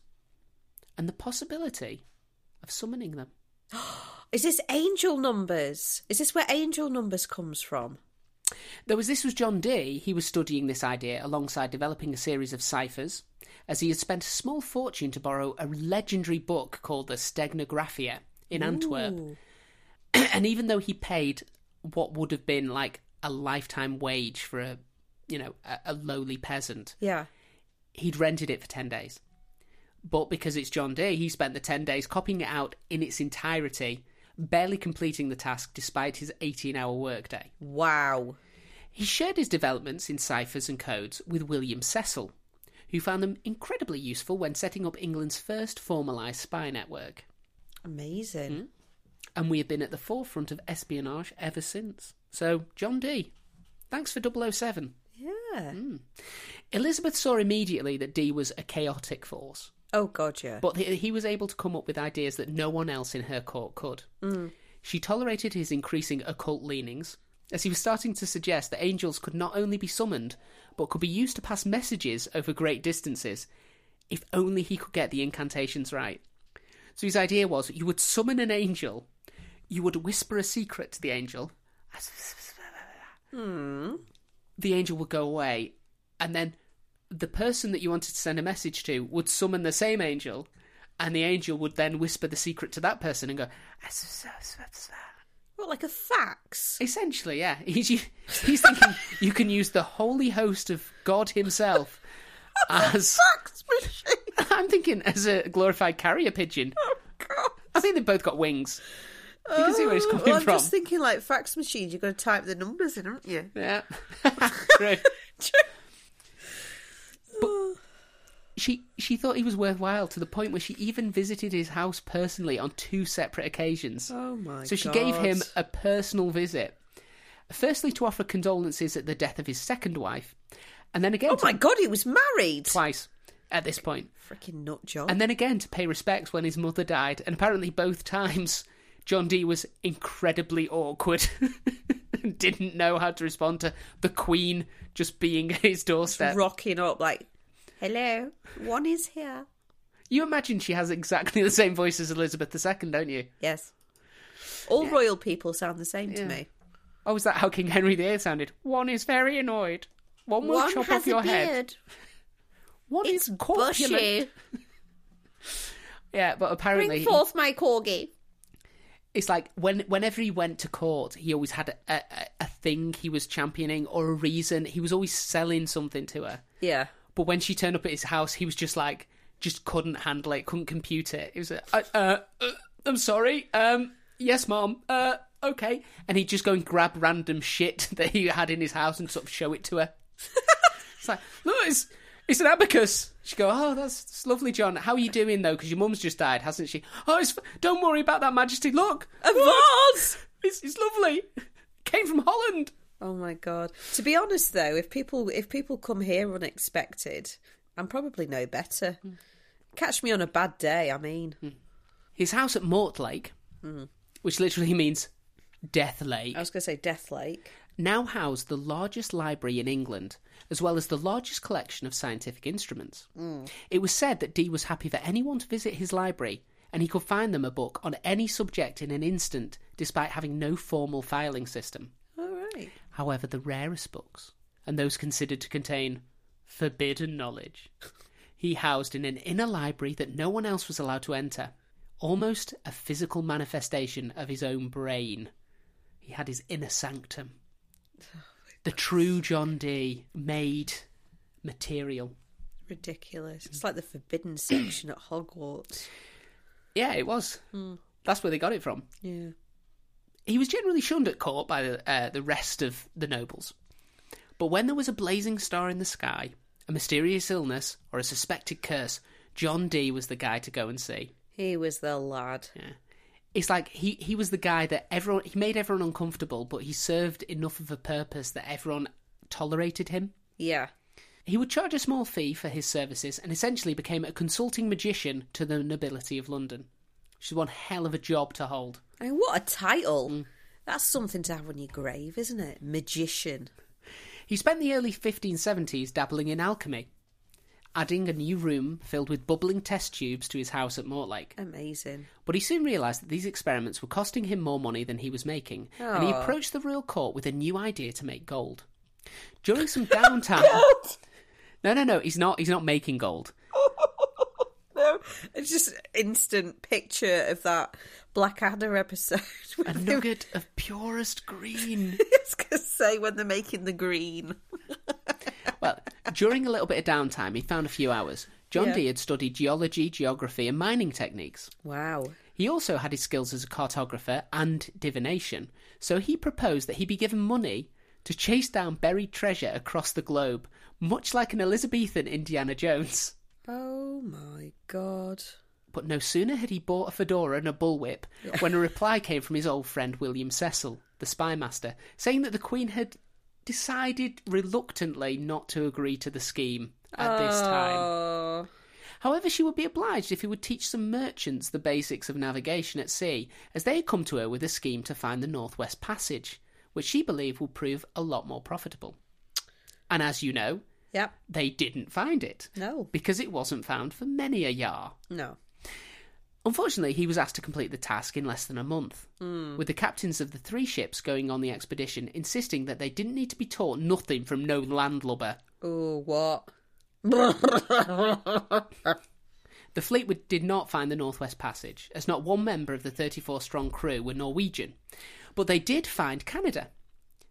and the possibility of summoning them.
Is this angel numbers? Is this where angel numbers comes from?
Though as this was John Dee, he was studying this idea alongside developing a series of ciphers, as he had spent a small fortune to borrow a legendary book called the Stegnographia in Antwerp.
Ooh.
and even though he paid what would have been like a lifetime wage for a, you know, a, a lowly peasant,
Yeah.
he'd rented it for 10 days. But because it's John Dee, he spent the 10 days copying it out in its entirety, barely completing the task despite his 18 hour workday.
Wow.
He shared his developments in ciphers and codes with William Cecil, who found them incredibly useful when setting up England's first formalised spy network.
Amazing.
And we have been at the forefront of espionage ever since. So, John Dee, thanks for 007. Hmm?
Yeah.
Elizabeth saw immediately that Dee was a chaotic force.
Oh, God, yeah.
But he he was able to come up with ideas that no one else in her court could. She tolerated his increasing occult leanings, as he was starting to suggest that angels could not only be summoned, but could be used to pass messages over great distances, if only he could get the incantations right. So his idea was you would summon an angel, you would whisper a secret to the angel, the angel would go away, and then the person that you wanted to send a message to would summon the same angel, and the angel would then whisper the secret to that person and go.
What, like a fax?
Essentially, yeah, he's he's thinking you can use the holy host of God Himself as
Fax machine!
I'm thinking as a glorified carrier pigeon.
Oh, God.
I think they've both got wings. You can see where he's
Oh,
coming
well, I'm
from.
just thinking, like, fax machines, you've got to type the numbers in, haven't you?
Yeah. True. But she she thought he was worthwhile to the point where she even visited his house personally on two separate occasions.
Oh, my
so she
God.
gave him a personal visit. Firstly to offer condolences at the death of his second wife, and then again
Oh,
to-
my God, he was married!
twice. at this point.
Freaking nut job.
And then again to pay respects when his mother died. And apparently, both times, John D was incredibly awkward. Didn't know how to respond to the Queen just being at his doorstep.
rocking up like, hello, one is here.
You imagine she has exactly the same voice as Elizabeth II, don't you?
Yes. All royal people sound the same to
Yeah.
me.
Oh, is that how King Henry VIII sounded? One is very annoyed. One will
One
chop
has
off your
a
head.
beard.
One
It's
is corpulent.
bushy.
Yeah, but apparently
Bring forth my corgi.
it's like when whenever he went to court, he always had a, a, a thing he was championing or a reason. He was always selling something to her.
Yeah.
But when she turned up at his house, he was just like, just couldn't handle it, couldn't compute it. It was, a, uh, uh, uh, I'm sorry, um, yes, mom, uh, okay. And he'd just go and grab random shit that he had in his house and sort of show it to her. it's like, look, it's, it's an abacus. She'd go, oh, that's, that's lovely, John. How are you doing, though? Because your mum's just died, hasn't she? Oh, it's, f- don't worry about that, Majesty. Look,
A vase!
it's, it's lovely. Came from Holland.
Oh my god. To be honest though, if people if people come here unexpected, I'm probably no better.
Hmm.
Catch me on a bad day, I mean.
His house at Mort Lake, which literally means Death Lake.
I was going to say Death Lake.
now house the largest library in England, as well as the largest collection of scientific instruments. It was said that Dee was happy for anyone to visit his library, and he could find them a book on any subject in an instant, despite having no formal filing system.
All right.
However, the rarest books, and those considered to contain forbidden knowledge, he housed in an inner library that no one else was allowed to enter. Almost a physical manifestation of his own brain. He had his inner sanctum. The true John Dee made material.
Ridiculous. It's like the forbidden section at Hogwarts.
Yeah, it was. That's where they got it from.
Yeah.
He was generally shunned at court by the, uh, the rest of the nobles. But when there was a blazing star in the sky, a mysterious illness, or a suspected curse, John Dee was the guy to go and see.
He was the lad.
It's like he, he was the guy that everyone he made everyone uncomfortable, but he served enough of a purpose that everyone tolerated him.
Yeah.
He would charge a small fee for his services and essentially became a consulting magician to the nobility of London, which is one hell of a job to hold.
I mean, what a title. That's something to have on your grave, isn't it? Magician.
He spent the early 1570s dabbling in alchemy, adding a new room filled with bubbling test tubes to his house at Mortlake.
Amazing.
But he soon realised that these experiments were costing him more money than he was making, and he
Aw.
approached the royal court with a new idea to make gold. During some downtime, no, no, no, he's not. He's not making gold.
No, it's just instant picture of that Blackadder episode. with
A
him-
nugget of purest green.
I was going to say when they're making the green.
Well, during a little bit of downtime, he found a few hours. John
Yeah.
Dee had studied geology, geography, and mining techniques.
Wow.
He also had his skills as a cartographer and divination, so he proposed that he be given money to chase down buried treasure across the globe, much like an Elizabethan Indiana Jones.
Oh my god.
But no sooner had he bought a fedora and a bullwhip when a reply came from his old friend William Cecil, the spymaster, saying that the Queen had decided reluctantly not to agree to the scheme at this time.
Oh.
However, she would be obliged if he would teach some merchants the basics of navigation at sea, as they had come to her with a scheme to find the Northwest Passage, which she believed would prove a lot more profitable. And as you know,
Yep.
they didn't find it,
No.
because it wasn't found for many a year.
No.
Unfortunately, he was asked to complete the task in less than a month, with the captains of the three ships going on the expedition insisting that they didn't need to be taught nothing from no landlubber.
Oh, what?
The fleet would, did not find the Northwest Passage, as not one member of the 34 strong crew were Norwegian. But they did find Canada,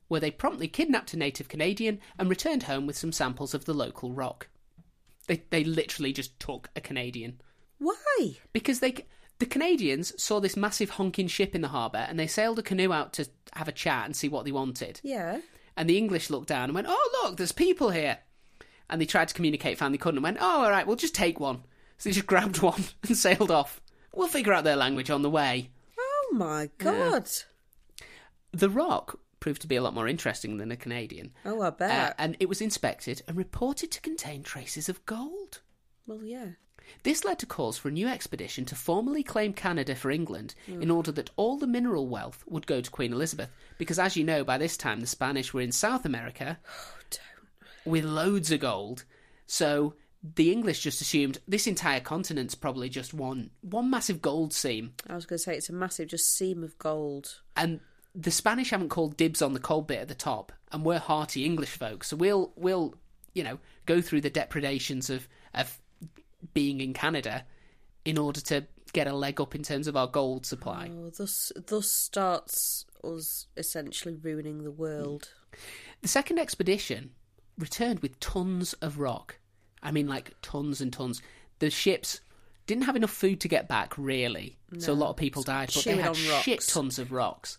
where they promptly kidnapped a native Canadian and returned home with some samples of the local rock. They, they literally just took a Canadian.
Why?
Because they, the Canadians saw this massive honking ship in the harbour and they sailed a canoe out to have a chat and see what they wanted.
Yeah.
And the English looked down and went, Oh, look, there's people here. And they tried to communicate, found they couldn't, and went, Oh, all right, we'll just take one. So they just grabbed one and sailed off. We'll figure out their language on the way.
Oh my god.
The rock proved to be a lot more interesting than a Canadian.
Oh, I
Uh,
bet.
and it was inspected and reported to contain traces of gold.
Well, yeah.
This led to calls for a new expedition to formally claim Canada for England in order that all the mineral wealth would go to Queen Elizabeth, because as you know, by this time the Spanish were in South America with loads of gold. So the English just assumed this entire continent's probably just one one massive gold seam.
I was going to say it's a massive just seam of gold.
And the Spanish haven't called dibs on the coal bit at the top, and we're hearty English folk, so we'll we'll you know go through the depredations of of being in Canada in order to get a leg up in terms of our gold supply.
Oh, thus, thus starts us essentially ruining the world.
The second expedition returned with tons of rock. I mean, like tons and tons. The ships didn't have enough food to get back, really. So a lot of people died, but they
chewing
had
on rocks.
shit tons of rocks.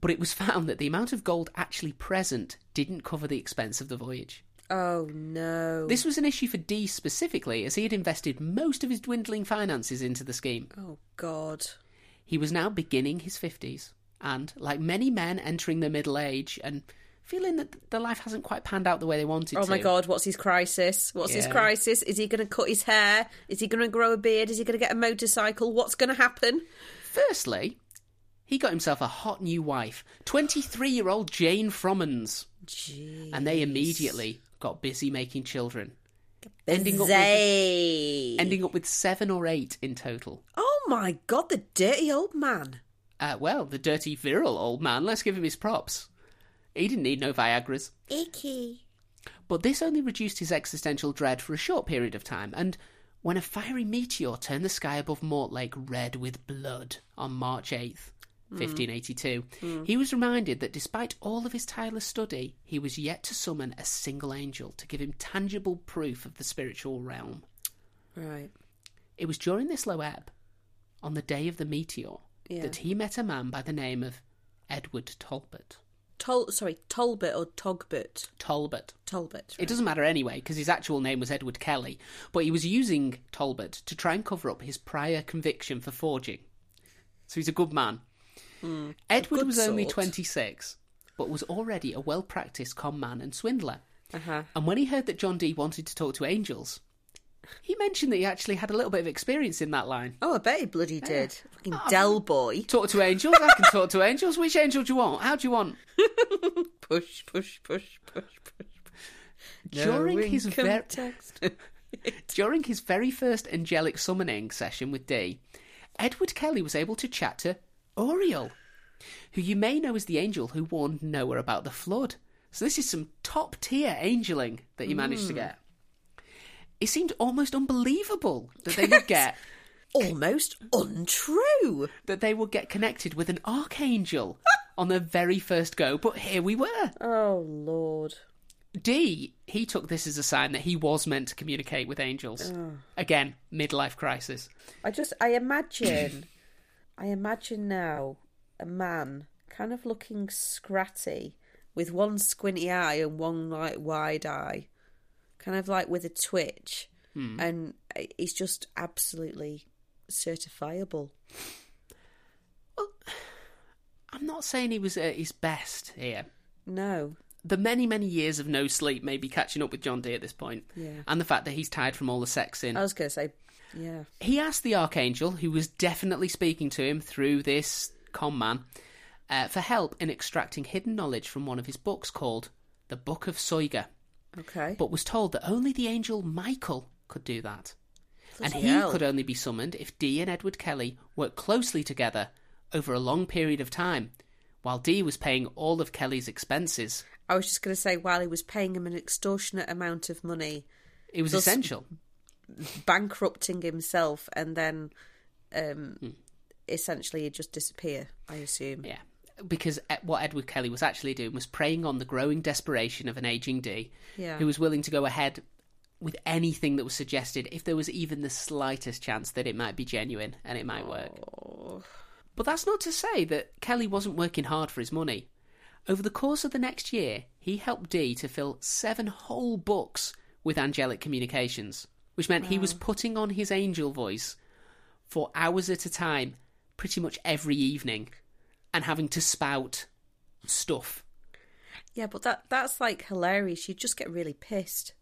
But it was found that the amount of gold actually present didn't cover the expense of the voyage.
Oh no!
This was an issue for Dee specifically, as he had invested most of his dwindling finances into the scheme.
oh god!
He was now beginning his 50s, and like many men entering their middle age and feeling that their life hasn't quite panned out the way they wanted
Oh
to.
my god! What's his crisis? What's his
Yeah.
crisis? Is he going to cut his hair? Is he going to grow a beard? Is he going to get a motorcycle? What's going to happen?
Firstly, he got himself a hot new wife, 23 year old Jane Frommans,
Gee,
and they immediately got busy making children, ending up with-
Zay.
ending up with seven or eight in total.
Oh my god! The dirty old man.
Uh, well, the dirty, virile old man, let's give him his props. He didn't need no Viagra's.
Icky.
But this only reduced his existential dread for a short period of time, and when a fiery meteor turned the sky above Mortlake red with blood on March 8th, 1582, he was reminded that despite all of his tireless study, he was yet to summon a single angel to give him tangible proof of the spiritual realm.
Right.
It was during this low ebb, on the day of the meteor,
Yeah.
that he met a man by the name of Edward Talbot.
Tol. Sorry, Tolbert or Togbert.
Talbot.
Tolbert.
It doesn't matter anyway, because his actual name was Edward Kelly, but he was using Talbot to try and cover up his prior conviction for forging. So he's a good man. Edward
Hmm. good
was only
sort.
26, but was already a well practiced con man and swindler.
Uh huh.
And when he heard that John Dee wanted to talk to angels, he mentioned that he actually had a little bit of experience in that line.
Oh, I bet he bloody did. Fucking Del boy.
Talk to angels? I can talk to angels. Which angel do you want? How do you want?
Push, push, push, push, push.
During his
income
ver-
tax.
During his very first angelic summoning session with Dee, Edward Kelly was able to chat to Oriel, who you may know as the angel who warned Noah about the flood. So this is some top tier angeling that he managed to get. It seemed almost unbelievable that they would get
Almost untrue.
that they would get connected with an archangel on their very first go, but here we were.
Oh lord.
D, he took this as a sign that he was meant to communicate with angels. Again, midlife crisis.
I just, I imagine, I imagine now a man kind of looking scratty with one squinty eye and one like wide eye, kind of like with a twitch, and he's just absolutely certifiable.
I'm not saying he was at his best here.
No,
The many, many years of no sleep may be catching up with John Dee at this point,
Yeah.
and the fact that he's tired from all the sexing.
I was going to say, yeah.
he asked the Archangel, who was definitely speaking to him through this con man, uh, for help in extracting hidden knowledge from one of his books called The Book of Soiga,
Okay.
but was told that only the angel Michael could do that. and
Bloody
he
hell.
could only be summoned if Dee and Edward Kelly worked closely together over a long period of time, while Dee was paying all of Kelly's expenses.
I was just going to say, while he was paying him an extortionate amount of money,
It was
Thus-
essential.
bankrupting himself, and then um, essentially he'd just disappear, I assume.
Hmm. Yeah. Because e- what Edward Kelly was actually doing was preying on the growing desperation of an aging D
Yeah.
who was willing to go ahead with anything that was suggested if there was even the slightest chance that it might be genuine and it might work. But that's not to say that Kelly wasn't working hard for his money. Over the course of the next year, he helped Dee to fill seven whole books with angelic communications, which meant he was putting on his angel voice for hours at a time, pretty much every evening, and having to spout stuff.
Yeah, but that that's like hilarious. You'd just get really pissed.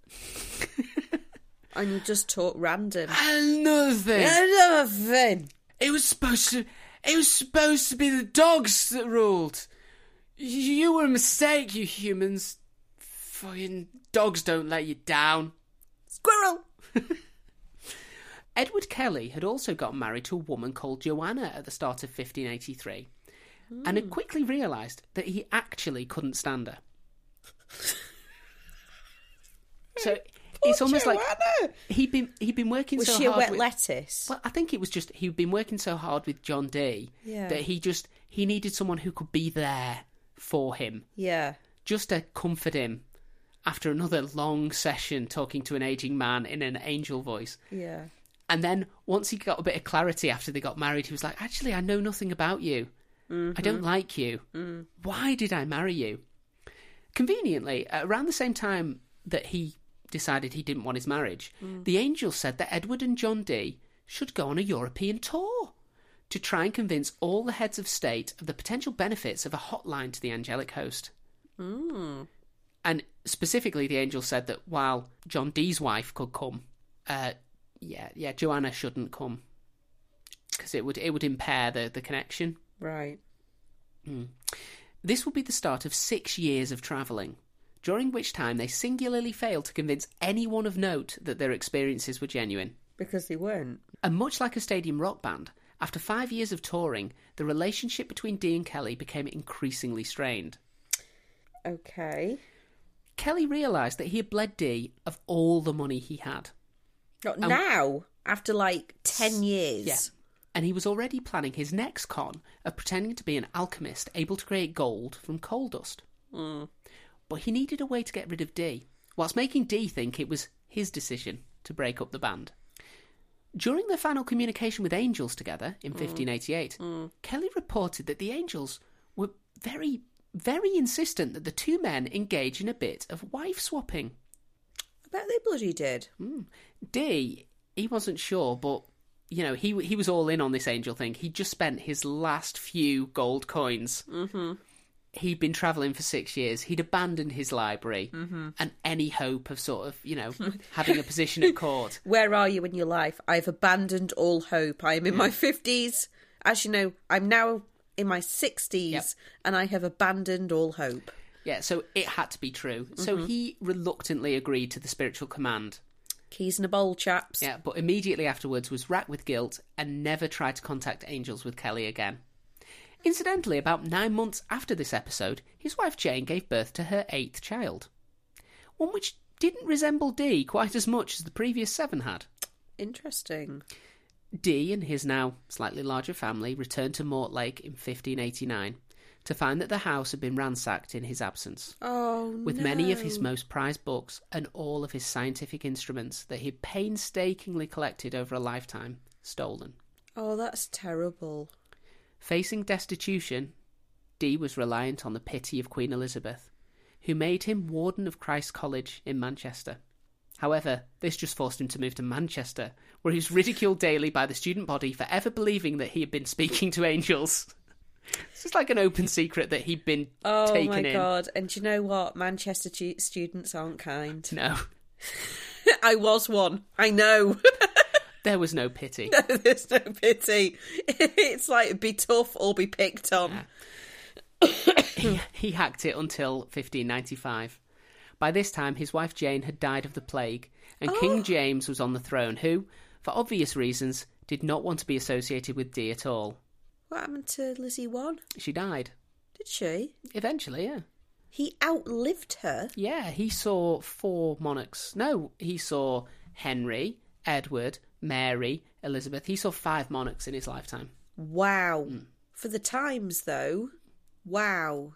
and you just talk random.
Another thing.
Nothing.
It was supposed to. It was supposed to be the dogs that ruled. You, you were a mistake, you humans. Fucking dogs don't let you down.
Squirrel.
Edward Kelly had also got married to a woman called Joanna at the start of 1583, and had quickly realised that he actually couldn't stand her. so it's almost like he'd been he'd been working
Was
so
she a
hard.
wet
with-
lettuce?
well, I think it was just he'd been working so hard with John D
Yeah.
that he just he needed someone who could be there for him,
Yeah.
just to comfort him after another long session talking to an aging man in an angel voice.
Yeah.
And then once he got a bit of clarity after they got married, he was like, "Actually, I know nothing about you. I don't like you. Why did I marry you?" Conveniently, at around the same time that he decided he didn't want his marriage, the angels said that Edward and John Dee should go on a European tour to try and convince all the heads of state of the potential benefits of a hotline to the angelic host. And specifically, the angel said that while John Dee's wife could come, uh, yeah, yeah, Joanna shouldn't come because it would it would impair the, the connection.
Right.
This would be the start of six years of travelling, during which time they singularly failed to convince anyone of note that their experiences were genuine.
Because they weren't.
And much like a stadium rock band, after five years of touring, the relationship between Dee and Kelly became increasingly strained.
Okay.
Kelly realised that he had bled Dee of all the money he had.
Not now. After like ten years.
Um, Yeah. And he was already planning his next con of pretending to be an alchemist able to create gold from coal dust. But he needed a way to get rid of D, whilst making D think it was his decision to break up the band. During their final communication with Angels together in 1588, Kelly reported that the Angels were very, very insistent that the two men engage in a bit of wife swapping.
I bet they bloody did.
D, he wasn't sure, but you know, he he was all in on this angel thing. He just spent his last few gold coins. Mm-hmm. He'd been traveling for six years. He'd abandoned his library and any hope of sort of you know having a position at court.
Where are you in your life? I've abandoned all hope. I am in
Mm.
my fifties. As you know, I'm now in my sixties
Yep.
and I have abandoned all hope.
Yeah, so it had to be true. So he reluctantly agreed to the spiritual command.
Keys in a bowl, chaps.
Yeah, but immediately afterwards was racked with guilt and never tried to contact Angels with Kelly again. Incidentally, about nine months after this episode, his wife Jane gave birth to her eighth child, one which didn't resemble Dee quite as much as the previous seven had.
Interesting.
Dee and his now slightly larger family returned to Mortlake in 1589 to find that the house had been ransacked in his absence,
Oh
with
no.
many of his most prized books and all of his scientific instruments that he had painstakingly collected over a lifetime stolen.
Oh, that's terrible.
Facing destitution, Dee was reliant on the pity of Queen Elizabeth, who made him warden of Christ's College in Manchester. However, this just forced him to move to Manchester, where he was ridiculed daily by the student body for ever believing that he had been speaking to angels. It's just like an open secret that he'd been
Oh
taken
my
in.
god! And do you know what? Manchester tu- students aren't kind.
No,
I was one. I know.
there was no pity.
There's no pity. It's like be tough or be picked on.
he, he hacked it until 1595. By this time, his wife Jane had died of the plague, and King James was on the throne, who, for obvious reasons, did not want to be associated with Dee at all.
What happened to Lizzie One?
She died.
Did she?
Eventually, yeah.
He outlived her.
Yeah, he saw four monarchs. No, he saw Henry, Edward, Mary, Elizabeth. He saw five monarchs in his lifetime.
Wow.
Hmm.
For the times, though. Wow.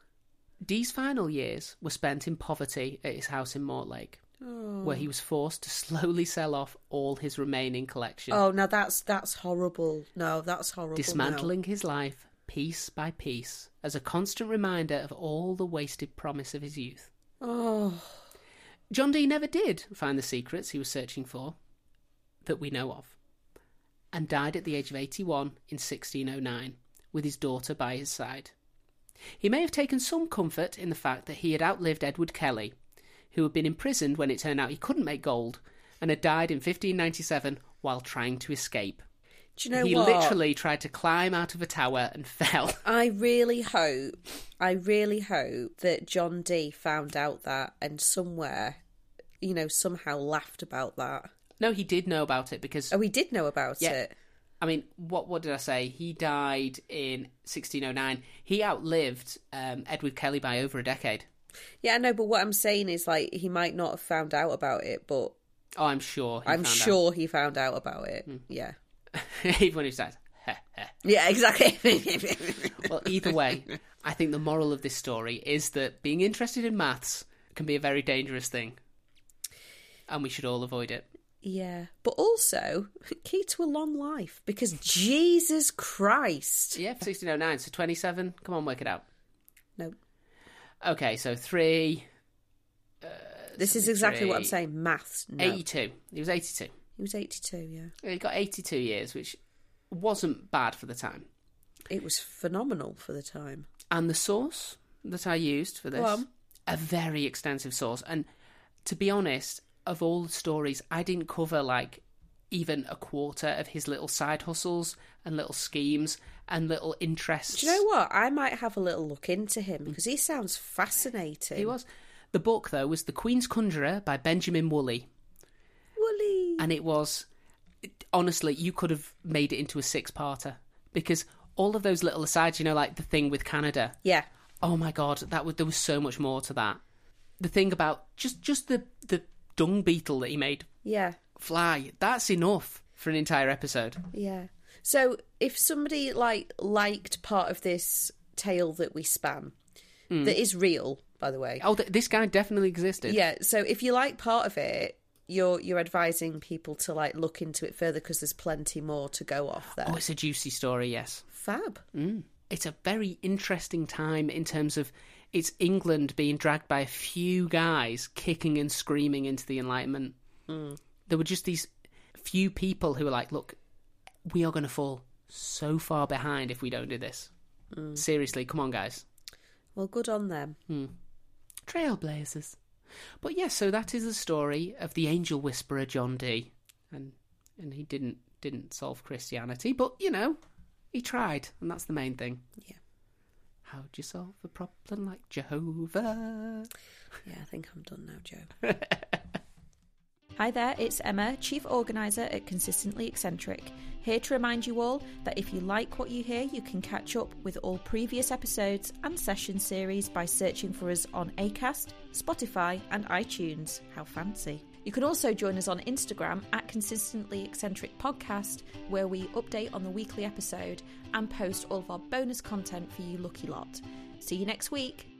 Dee's final years were spent in poverty at his house in Mortlake,
Hmm.
where he was forced to slowly sell off all his remaining collection.
Oh, now that's that's horrible. No, that's horrible. no.
dismantling his life piece by piece as a constant reminder of all the wasted promise of his youth.
Oh,
John Dee never did find the secrets he was searching for that we know of, and died at the age of 81 in 1609 with his daughter by his side. He may have taken some comfort in the fact that he had outlived Edward Kelly, who had been imprisoned when it turned out he couldn't make gold and had died in 1597 while trying to escape.
Do you know
he
what?
literally tried to climb out of a tower and fell.
I really hope, I really hope that John D found out that and somewhere, you know, somehow laughed about that.
No, he did know about it because
Oh, he did know about
Yeah.
it.
I mean, what what did I say? He died in 1609. He outlived um, Edward Kelly by over a decade.
Yeah, I know, but what I'm saying is, like, he might not have found out about it, but
Oh, I'm sure. He
I'm
found Hmm.
sure he found out about it. Yeah.
out. even when he was dead.
Yeah, exactly.
Well, either way, I think the moral of this story is that being interested in maths can be a very dangerous thing, and we should all avoid it.
yeah, but also, key to a long life because Jesus Christ.
Yeah, 1609. So 27. Come on, work it out.
No,
Okay, so three
this is exactly what I'm
73.
saying. Maths. No.
82. He was 82.
He was 82, yeah.
He got 82 years, which wasn't bad for the time.
It was phenomenal for the time.
And the source that I used for this,
on.
a very extensive source. And to be honest, of all the stories, I didn't cover like even a quarter of his little side hustles and little schemes and little interests.
Do you know what? I might have a little look into him because he sounds fascinating.
He was. The book, though, was The Queen's Conjurer by Benjamin Woolley.
Woolly.
And it was, it- honestly, you could have made it into a six parter because all of those little asides, you know, like the thing with Canada.
Yeah.
oh my god that was there was so much more to that the thing about just just the the dung beetle that he made
Yeah.
fly that's enough for an entire episode
Yeah. So if somebody like liked part of this tale that we span, that is real, by the way.
oh th- this guy definitely existed
Yeah. So if you like part of it, you're you're advising people to like look into it further because there's plenty more to go off there.
oh it's a juicy story yes
Fab.
it's a very interesting time in terms of it's england being dragged by a few guys kicking and screaming into the enlightenment there were just these few people who were like look we are going to fall so far behind if we don't do this seriously come on guys
Well, good on them.
trailblazers. But yeah, so that is the story of the angel whisperer John Dee, and and he didn't didn't solve Christianity, but you know, he tried, and that's the main thing.
Yeah.
How'd you solve a problem like Jehovah?
Yeah, I think I'm done now, Joe.
Hi there, it's Emma, Chief Organiser at Consistently Eccentric, here to remind you all that if you like what you hear, you can catch up with all previous episodes and session series by searching for us on ACAST, Spotify, and iTunes. How fancy! You can also join us on Instagram at Consistently Eccentric Podcast, where we update on the weekly episode and post all of our bonus content for you lucky lot. See you next week.